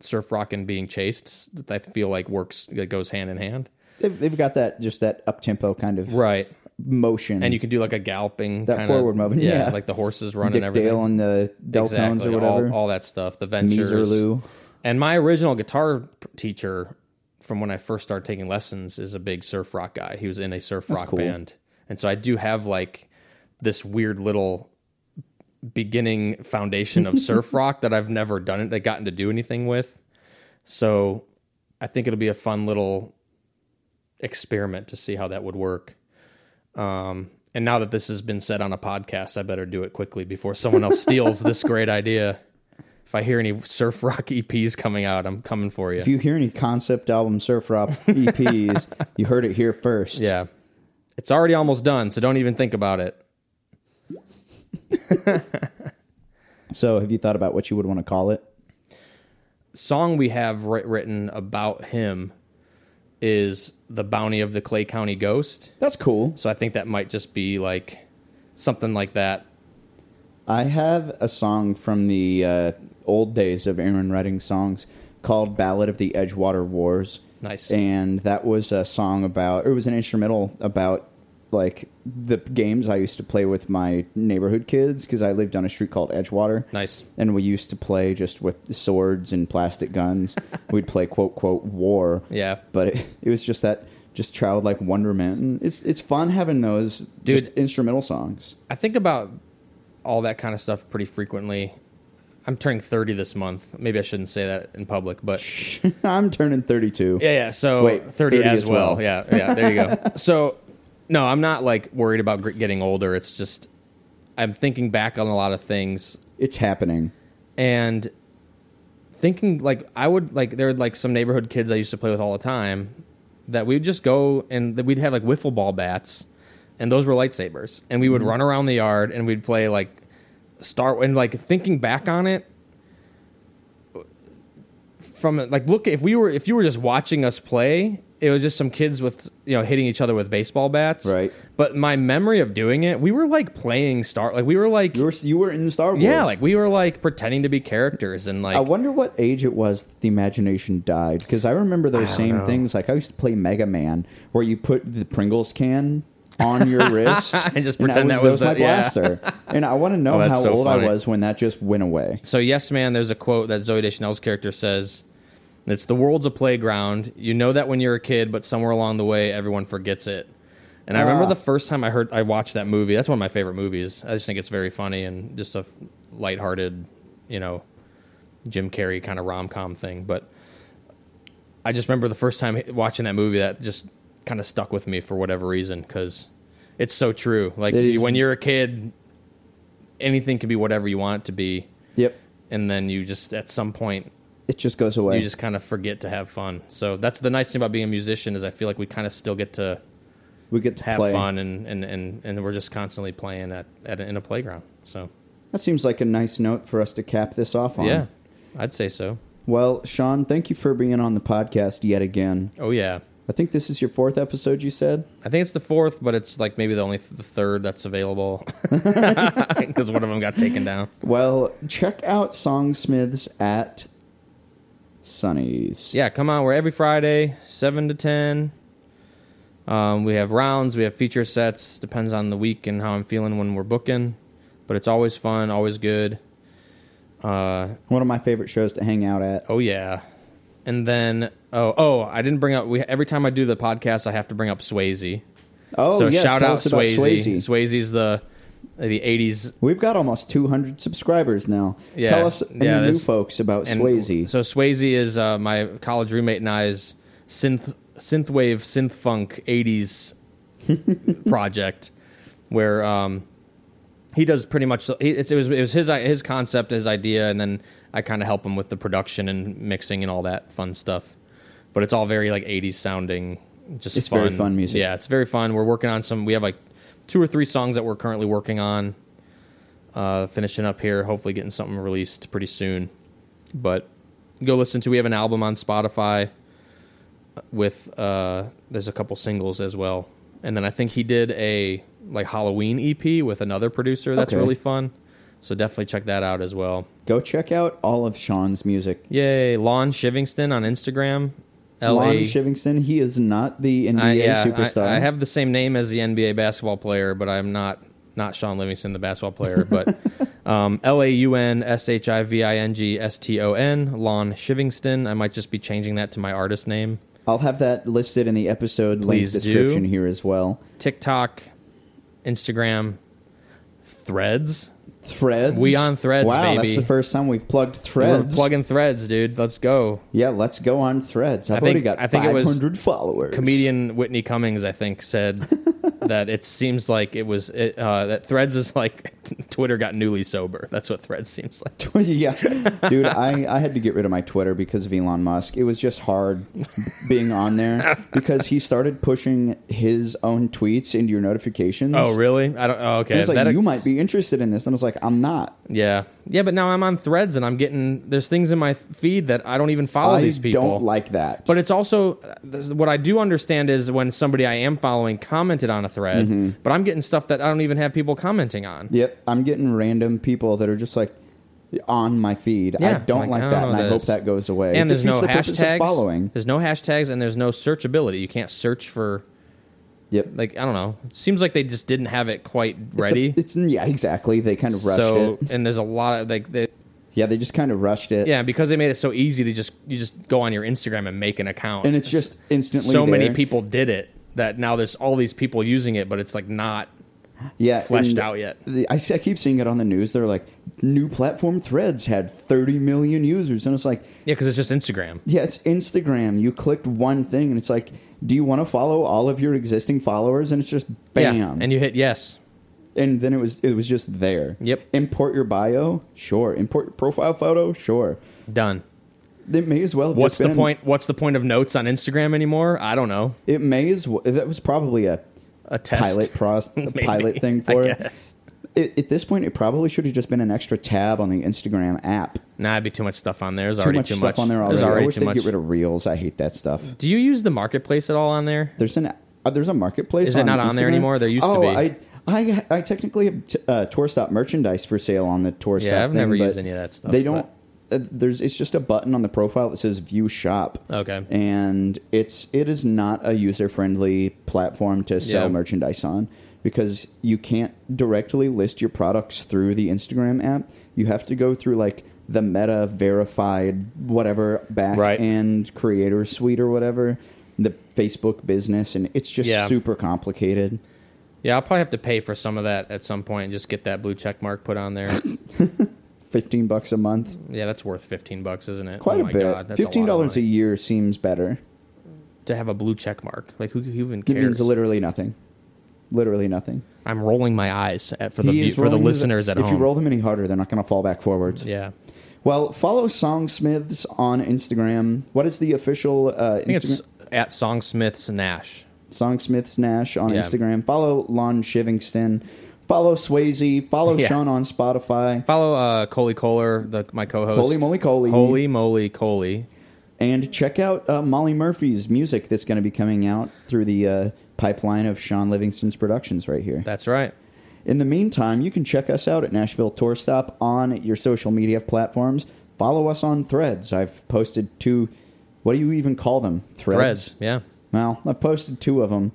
C: surf rock and being chased, I feel like works that goes hand in hand.
B: They've, they've got that just that up tempo kind of
C: Right.
B: motion.
C: And you can do like a galloping
B: That forward movement, yeah.
C: like the horses running
B: Dick
C: everything.
B: Dale and the Deltones or whatever.
C: All, all that stuff. The Ventures.
B: Miserlou.
C: And my original guitar p- teacher from when I first started taking lessons is a big surf rock guy. He was in a surf rock
B: cool.
C: band. And so I do have like this weird little beginning
B: [LAUGHS]
C: foundation of surf rock that I've never done it, that gotten to do anything with. So I think it'll be a fun little experiment to see how that would work. Um, and now that this has been said on a podcast, I better do it quickly before someone else steals this great idea. If I hear any surf rock EPs coming out, I'm coming for you.
B: if you hear any concept album surf
C: [LAUGHS]
B: rock EPs, you heard it here first.
C: yeah. It's already almost done, so don't even think about it.
B: So have you thought about what you would want to call it?
C: Song we have writ- written about him is The Bounty of the Clay County Ghost.
B: That's cool.
C: So I think that might just be like something like that.
B: I have a song from the uh, old days of Aaron writing songs called "Ballad of the Edgewater Wars."
C: Nice.
B: And that was a song about, or it was an instrumental about like the games I used to play with my neighborhood kids because I lived on a street called Edgewater.
C: Nice.
B: And we used to play just with swords and plastic
C: [LAUGHS]
B: guns. We'd play quote quote war.
C: Yeah.
B: But it, it was just that just childlike wonderment. And it's it's fun having those
C: Dude.
B: just instrumental songs. [LAUGHS]
C: I think about all that kind of stuff pretty frequently. I'm turning 30 this month. Maybe I shouldn't say that in public, but
B: I'm turning 32.
C: yeah, yeah. So
B: Wait,
C: 30, as, well. Yeah, yeah. There you [LAUGHS] go. so, no, I'm not like worried about gr- getting older. It's just I'm thinking back on a lot of things
B: It's happening.
C: and thinking like I would like there were like some neighborhood kids I used to play with all the time that we'd just go and that we'd have like wiffle ball bats and those were lightsabers and we would run around the yard and we'd play like Star and like thinking back on it from like look if we were if you were just watching us play it was just some kids with you know hitting each other with baseball bats
B: Right.
C: but my memory of doing it we were like playing star like we were like
B: You were, you were in Star Wars.
C: yeah, like we were like pretending to be characters and like
B: I wonder what age it was that the imagination died because I remember those same things. Like I used to play Mega Man, where you put the Pringles can on
C: [LAUGHS]
B: your wrist
C: And just
B: I
C: pretend that was
B: my
C: the- yeah. [LAUGHS]
B: blaster. and I want to know
C: Oh, that's
B: how
C: so
B: old
C: funny.
B: I was when that just went away.
C: so yes man, there's a quote that Zoe Deschanel's character says it's the world's a playground. You know that when you're a kid, but somewhere along the way everyone forgets it. And I remember
B: Ah.
C: the first time I heard I watched that movie. That's one of my favorite movies. I just think it's very funny and just a f- lighthearted, you know, Jim Carrey kind of rom-com thing, but I just remember the first time watching that movie that just kind of stuck with me for whatever reason because it's so true. Like
B: It is-
C: when you're a kid, anything can be whatever you want it to be,
B: Yep,
C: and then you just at some point
B: it just goes away.
C: you just kind of forget to have fun. So that's the nice thing about being a musician is I feel like we kind of still get to
B: We get to
C: have
B: play.
C: fun, and, and, and, and we're just constantly playing at, at a, in a playground. So
B: That seems like a nice note for us to cap this off on.
C: yeah, I'd say so.
B: Well, Sean, thank you for being on the podcast yet again.
C: Oh yeah,
B: I think this is your fourth episode. You said
C: I think it's the fourth, but it's like maybe the only th- the third that's available [LAUGHS] because one of them got taken down.
B: Well, check out Songsmiths at Sunny's.
C: Yeah, come on. We're every Friday, seven to ten. Um, we have rounds, we have feature sets. Depends on the week and how I'm feeling when we're booking, but it's always fun, always good. Uh,
B: One of my favorite shows to hang out at.
C: oh yeah, and then oh oh, I didn't bring up. We every time I do the podcast, I have to bring up Swayze.
B: Oh,
C: so
B: yes,
C: shout
B: tell
C: out
B: us about
C: Swayze.
B: Swayze.
C: Swayze's the the '80s
B: We've got almost 200 subscribers now.
C: Yeah.
B: Tell us any
C: Yeah,
B: new
C: this-
B: folks about
C: And
B: Swayze.
C: So Swayze is uh, my college roommate and I's synth synthwave synth funk
B: [LAUGHS]
C: '80s project, where um, he does pretty much. He, it's- it was it was his his concept, his idea, and then I kind of help him with the production and mixing and all that fun stuff. But it's all very like '80s sounding. Just
B: It's
C: fun.
B: very fun music.
C: Yeah, it's very fun. We're working on some. We have like two or three songs that we're currently working on. Uh, finishing up here, hopefully getting something released pretty soon but go listen to we have an album on spotify with uh there's a couple singles as well and then i think he did a like halloween ep with another producer that's
B: Okay.
C: really fun so definitely check that out as well
B: Go check out all of Sean's music.
C: yay lon shivingston on instagram L
B: Lon
C: A-
B: Shivingston, he is not the NBA
C: I- yeah, I-
B: superstar.
C: I, have the same name as the nba basketball player but i'm not not sean livingston the basketball
B: [LAUGHS]
C: player but um, l-a-u-n-s-h-i-v-i-n-g-s-t-o-n lon shivingston i might just be changing that to my artist name
B: I'll have that listed in the episode link
C: Please do.
B: description here as well.
C: TikTok, Instagram, Threads.
B: Threads.
C: We on Threads,
B: Wow, that's
C: baby.
B: the first time we've plugged Threads.
C: We're plugging Threads, dude. Let's go.
B: yeah, let's go on Threads. I've
C: I think-
B: already got
C: I think it was
B: 500 followers.
C: Comedian Whitney Cummings, I think, said that it seems like it was it, uh, that Threads is like [LAUGHS] Twitter got newly sober. That's what Threads seems like.
B: [LAUGHS] yeah, dude, I, I had to get rid of my Twitter because of Elon Musk. It was just hard being on there because he started pushing his own tweets into your notifications.
C: Oh, really? I don't. Oh, okay.
B: He was like,
C: That
B: you
C: ex-
B: might be interested in this, and I was like, I'm not.
C: Yeah, yeah. But now I'm on Threads, and I'm getting there's things in my feed that I don't even follow
B: I
C: these people.
B: don't like that.
C: But it's also th- what I do understand is when somebody I am following commented on a thread,
B: Mm-hmm.
C: but I'm getting stuff that I don't even have people commenting on.
B: yep, I'm getting random people that are just like on my feed. I
C: Yeah,
B: don't
C: like,
B: like
C: I don't
B: that,
C: know
B: and I hope
C: this.
B: that goes away. it
C: and there's no
B: defeats the purpose of
C: hashtags.
B: following.
C: There's no hashtags, and there's no searchability. You can't search for
B: Yep.
C: like I don't know. It seems like they just didn't have it quite
B: It's a-
C: ready.
B: It's, yeah, exactly. They kind of rushed
C: so
B: it.
C: and there's a lot of like they,
B: Yeah, they just kind of rushed it.
C: yeah because they made it so easy to just you just go on your Instagram and make an account
B: And it's just instantly
C: so many
B: there.
C: people did it that now there's all these people using it, but it's like not
B: yeah,
C: fleshed
B: and
C: out yet.
B: The, I, see- I keep seeing it on the news. They're like, new platform Threads had 30 million users, and it's like,
C: yeah because it's just Instagram.
B: yeah, it's Instagram. You clicked one thing, and it's like, do you want to follow all of your existing followers? And it's just bam,
C: Yeah, and you hit yes.
B: and then it was it was just there.
C: Yep.
B: Import your bio, sure. Import your profile photo, sure.
C: Done.
B: They may as well. have just
C: What's
B: been
C: the
B: an-
C: point? What's the point of notes on Instagram anymore? I don't know.
B: It may as well. That was probably a
C: A test
B: pilot
C: [LAUGHS]
B: pros, a
C: Maybe,
B: pilot thing
C: [LAUGHS] I
B: for it.
C: guess.
B: it. At this point, it probably should have just been an extra tab on the Instagram app.
C: Nah, it'd be too much stuff on there. There's
B: Too
C: already
B: much
C: too
B: stuff
C: much.
B: on there already.
C: There's
B: I
C: already
B: wish
C: too
B: they'd
C: much.
B: get rid of reels. I hate that stuff.
C: Do you use the marketplace at all on there?
B: There's an uh, there's a marketplace.
C: Is it not on there
B: Instagram?
C: anymore? There used to
B: oh,
C: be.
B: I I I technically have t- uh, tour stop merchandise for sale on the tour stop.
C: I've
B: thing,
C: never
B: but
C: used any of that stuff,
B: They don't. Uh, there's it's just a button on the profile that says view shop.
C: Okay.
B: And it's it is not a user friendly platform to sell
C: Yeah.
B: merchandise on because you can't directly list your products through the Instagram app. You have to go through like the meta verified whatever back
C: Right.
B: end creator suite or whatever the facebook business and it's just
C: Yeah.
B: super complicated
C: Yeah, I'll probably have to pay for some of that at some point and just get that blue check mark
B: [COUGHS]
C: put on there.
B: 15 bucks a month
C: yeah, that's worth fifteen bucks, isn't it?
B: quite
C: oh
B: a
C: my
B: bit
C: God,
B: $15
C: that's a, lot
B: a
C: of money.
B: year seems better
C: to have a blue check mark. Like who, who even
B: it
C: cares?
B: means literally nothing literally nothing
C: I'm rolling my eyes at, for the
B: He
C: view,
B: is
C: for the
B: rolling his-
C: listeners at
B: if
C: home.
B: you roll them any harder they're not going to fall back forwards
C: yeah,
B: well follow songsmiths on instagram what is the official uh
C: I think
B: instagram
C: it's at Songsmiths Nash.
B: Songsmith Snash on
C: Yeah.
B: Instagram. Follow Lon Shivingston. Follow Swayze. Follow
C: [LAUGHS] Yeah.
B: Sean on Spotify.
C: Follow uh, Coley Kohler, the, my co-host.
B: Holy moly, Coley.
C: Holy moly, Coley.
B: And check out uh, Molly Murphy's music that's going to be coming out through the uh, pipeline of Sean Livingston's productions right here.
C: That's right.
B: In the meantime, you can check us out at Nashville Tour Stop on your social media platforms. Follow us on Threads. I've posted two. What do you even call them?
C: Threads. Yeah.
B: Well, I posted two of them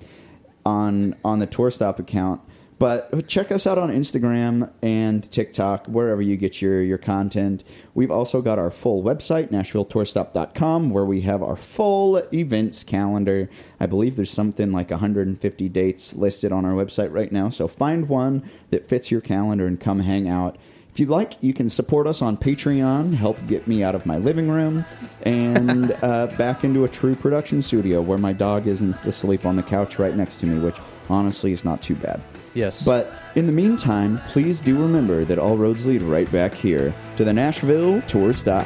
B: on on the Tour Stop account. But check us out on Instagram and TikTok, wherever you get your, your content. We've also got our full website, NashvilleTourStop.com, where we have our full events calendar. I believe there's something like 150 dates listed on our website right now. So find one that fits your calendar and come hang out. If you'd like, you can support us on Patreon, help get me out of my living room, and uh, back into a true production studio where my dog isn't asleep on the couch right next to me, which honestly is not too bad.
C: Yes.
B: But in the meantime, please do remember that all roads lead right back here to the Nashville Tour Stop.